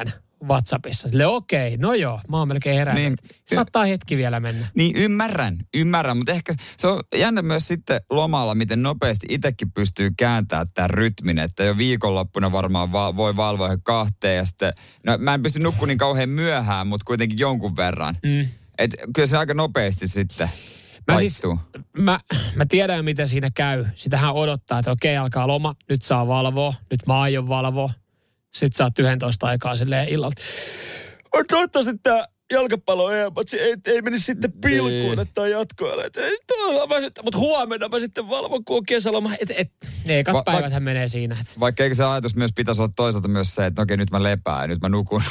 Speaker 3: 2.47 WhatsAppissa. Sille okei, okay, no joo, mä oon melkein herännyt. Niin,
Speaker 2: Niin.
Speaker 3: Saattaa hetki vielä mennä.
Speaker 2: Niin ymmärrän, ymmärrän, mutta ehkä se on jännä myös sitten lomalla, miten nopeasti itsekin pystyy kääntämään tämän rytmin, että jo viikonloppuna varmaan va- voi valvoa ihan kahteen ja sitten, no mä en pysty nukkumaan niin kauhean myöhään, mutta kuitenkin jonkun verran. Mm. Et kyllä se aika nopeasti sitten
Speaker 3: Mä, siis,
Speaker 2: vaihtuu.
Speaker 3: mä, mä tiedän, mitä siinä käy. Sitähän odottaa, että okei, alkaa loma, nyt saa valvoa, nyt mä aion valvoa. Sitten saa 11 aikaa silleen illalta.
Speaker 4: on toivottavasti tämä jalkapallo EM-matsi ei, ei menisi sitten pilkuun,
Speaker 2: Niin.
Speaker 4: että on jatkoajalle. Että ei, tuolla mä sitten- Mutta huomenna mä sitten valvon, kun on kesäloma.
Speaker 3: Et, et, ne ekat
Speaker 2: Va- va-
Speaker 3: päiväthän menee siinä. Et.
Speaker 2: Vaikka eikö se ajatus myös pitäisi olla toisaalta myös se, että no okei nyt mä lepään ja nyt mä nukun.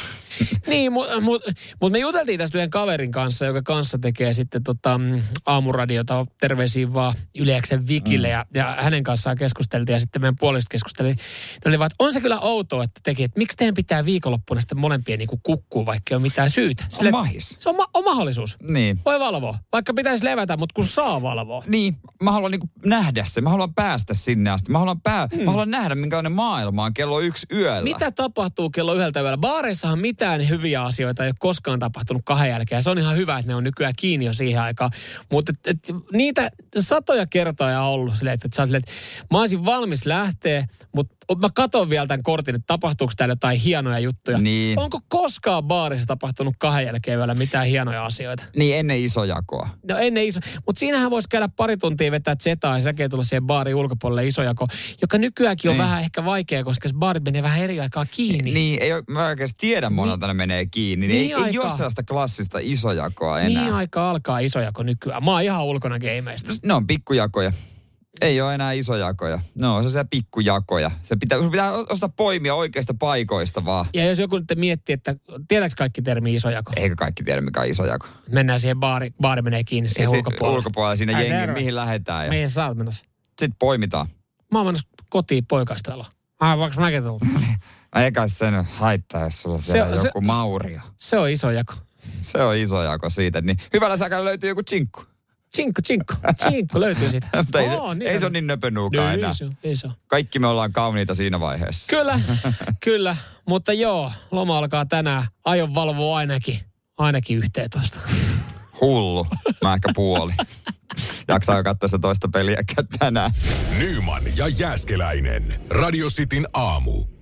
Speaker 3: Niin, mutta mut, mut me juteltiin tästä yhden kaverin kanssa, joka kanssa tekee sitten tota, mm, aamuradiota terveisiin vaan Yleäksen Vikille. Mm. Ja, ja, hänen kanssaan keskusteltiin ja sitten meidän puolesta keskusteltiin. Ne oli vaan, että on se kyllä outoa, että teki, että miksi teidän pitää viikonloppuna sitten molempien niin kukkuu, vaikka ei ole mitään syytä. Sille,
Speaker 2: mahis.
Speaker 3: Se on, ma- on mahdollisuus.
Speaker 2: Niin.
Speaker 3: Voi valvoa. Vaikka pitäisi levätä, mutta kun saa valvoa.
Speaker 2: Niin, mä haluan niinku nähdä se, mä haluan päästä sinne asti, mä haluan, pää- mm. mä haluan nähdä minkälainen maailma on kello yksi yöllä.
Speaker 3: Mitä tapahtuu kello yhdeltä yöllä? Baareissahan mitään hyviä asioita ei ole koskaan tapahtunut kahden jälkeen. Se on ihan hyvä, että ne on nykyään kiinni jo siihen aikaan. Mutta et, et, niitä satoja kertoja on ollut silleen, että, että, sä oot silleen, että mä olisin valmis lähteä, mutta mä katon vielä tämän kortin, että tapahtuuko täällä jotain hienoja juttuja.
Speaker 2: Niin.
Speaker 3: Onko koskaan baarissa tapahtunut kahden jälkeen yöllä mitään hienoja asioita?
Speaker 2: Niin ennen isojakoa.
Speaker 3: No ennen iso. Mutta siinähän voisi käydä pari tuntia vetää zetaa ja sen jälkeen tulla siihen baarin ulkopuolelle isojako, joka nykyäänkin on
Speaker 2: Niin.
Speaker 3: vähän ehkä vaikea, koska se baarit menee vähän eri aikaa kiinni.
Speaker 2: Niin, niin ei, oo- mä oikeasti tiedä monelta ne menee kiinni. Niin,
Speaker 3: Niin
Speaker 2: ei, ei ole
Speaker 3: aikaa.
Speaker 2: sellaista klassista isojakoa enää.
Speaker 3: Mihin aika alkaa isojako nykyään? Mä oon ihan ulkona gameista.
Speaker 2: Ne on pikkujakoja. Ei ole enää isojakoja. No on sellaisia pikkujakoja. Se pitää, sun pitää ostaa poimia oikeista paikoista vaan.
Speaker 3: Ja jos joku nyt miettii, että tiedäks kaikki termi isojako?
Speaker 2: Eikö kaikki tiedä, mikä on isojako?
Speaker 3: Mennään siihen baari, baari menee kiinni siihen
Speaker 2: Se-
Speaker 3: ulkopuolelle.
Speaker 2: ulkopuolella siinä
Speaker 3: Ai,
Speaker 2: jengi,
Speaker 3: terve.
Speaker 2: mihin lähdetään. Ja...
Speaker 3: Mihin sä oot menossa?
Speaker 2: Sitten poimitaan.
Speaker 3: Mä oon menossa kotiin poikaistella. Ai, vaikka mäkin tullut.
Speaker 2: Eikä se nyt haittaa, jos sulla
Speaker 3: Se-
Speaker 2: siellä on
Speaker 3: se-
Speaker 2: joku maurio.
Speaker 3: Se on iso jako.
Speaker 2: Se on iso jako siitä. Niin hyvällä säkällä löytyy joku chinkku.
Speaker 3: Chinkku, chinkku, chinkku löytyy siitä.
Speaker 2: *laughs* Mutta ei,
Speaker 3: Oo,
Speaker 2: se,
Speaker 3: niin
Speaker 2: ei
Speaker 3: on.
Speaker 2: se ole niin nöpönuukaan
Speaker 3: Ei,
Speaker 2: enää.
Speaker 3: ei se, on, ei se on.
Speaker 2: Kaikki me ollaan kauniita siinä vaiheessa.
Speaker 3: Kyllä, kyllä. Mutta joo, loma alkaa tänään. Aion valvoa ainakin, ainakin 11.
Speaker 2: Hullu. Mä ehkä puoli. Jaksaa katsoa sitä toista peliäkään *laughs* tänään.
Speaker 1: Nyman ja Jääskeläinen. Radio Cityn aamu.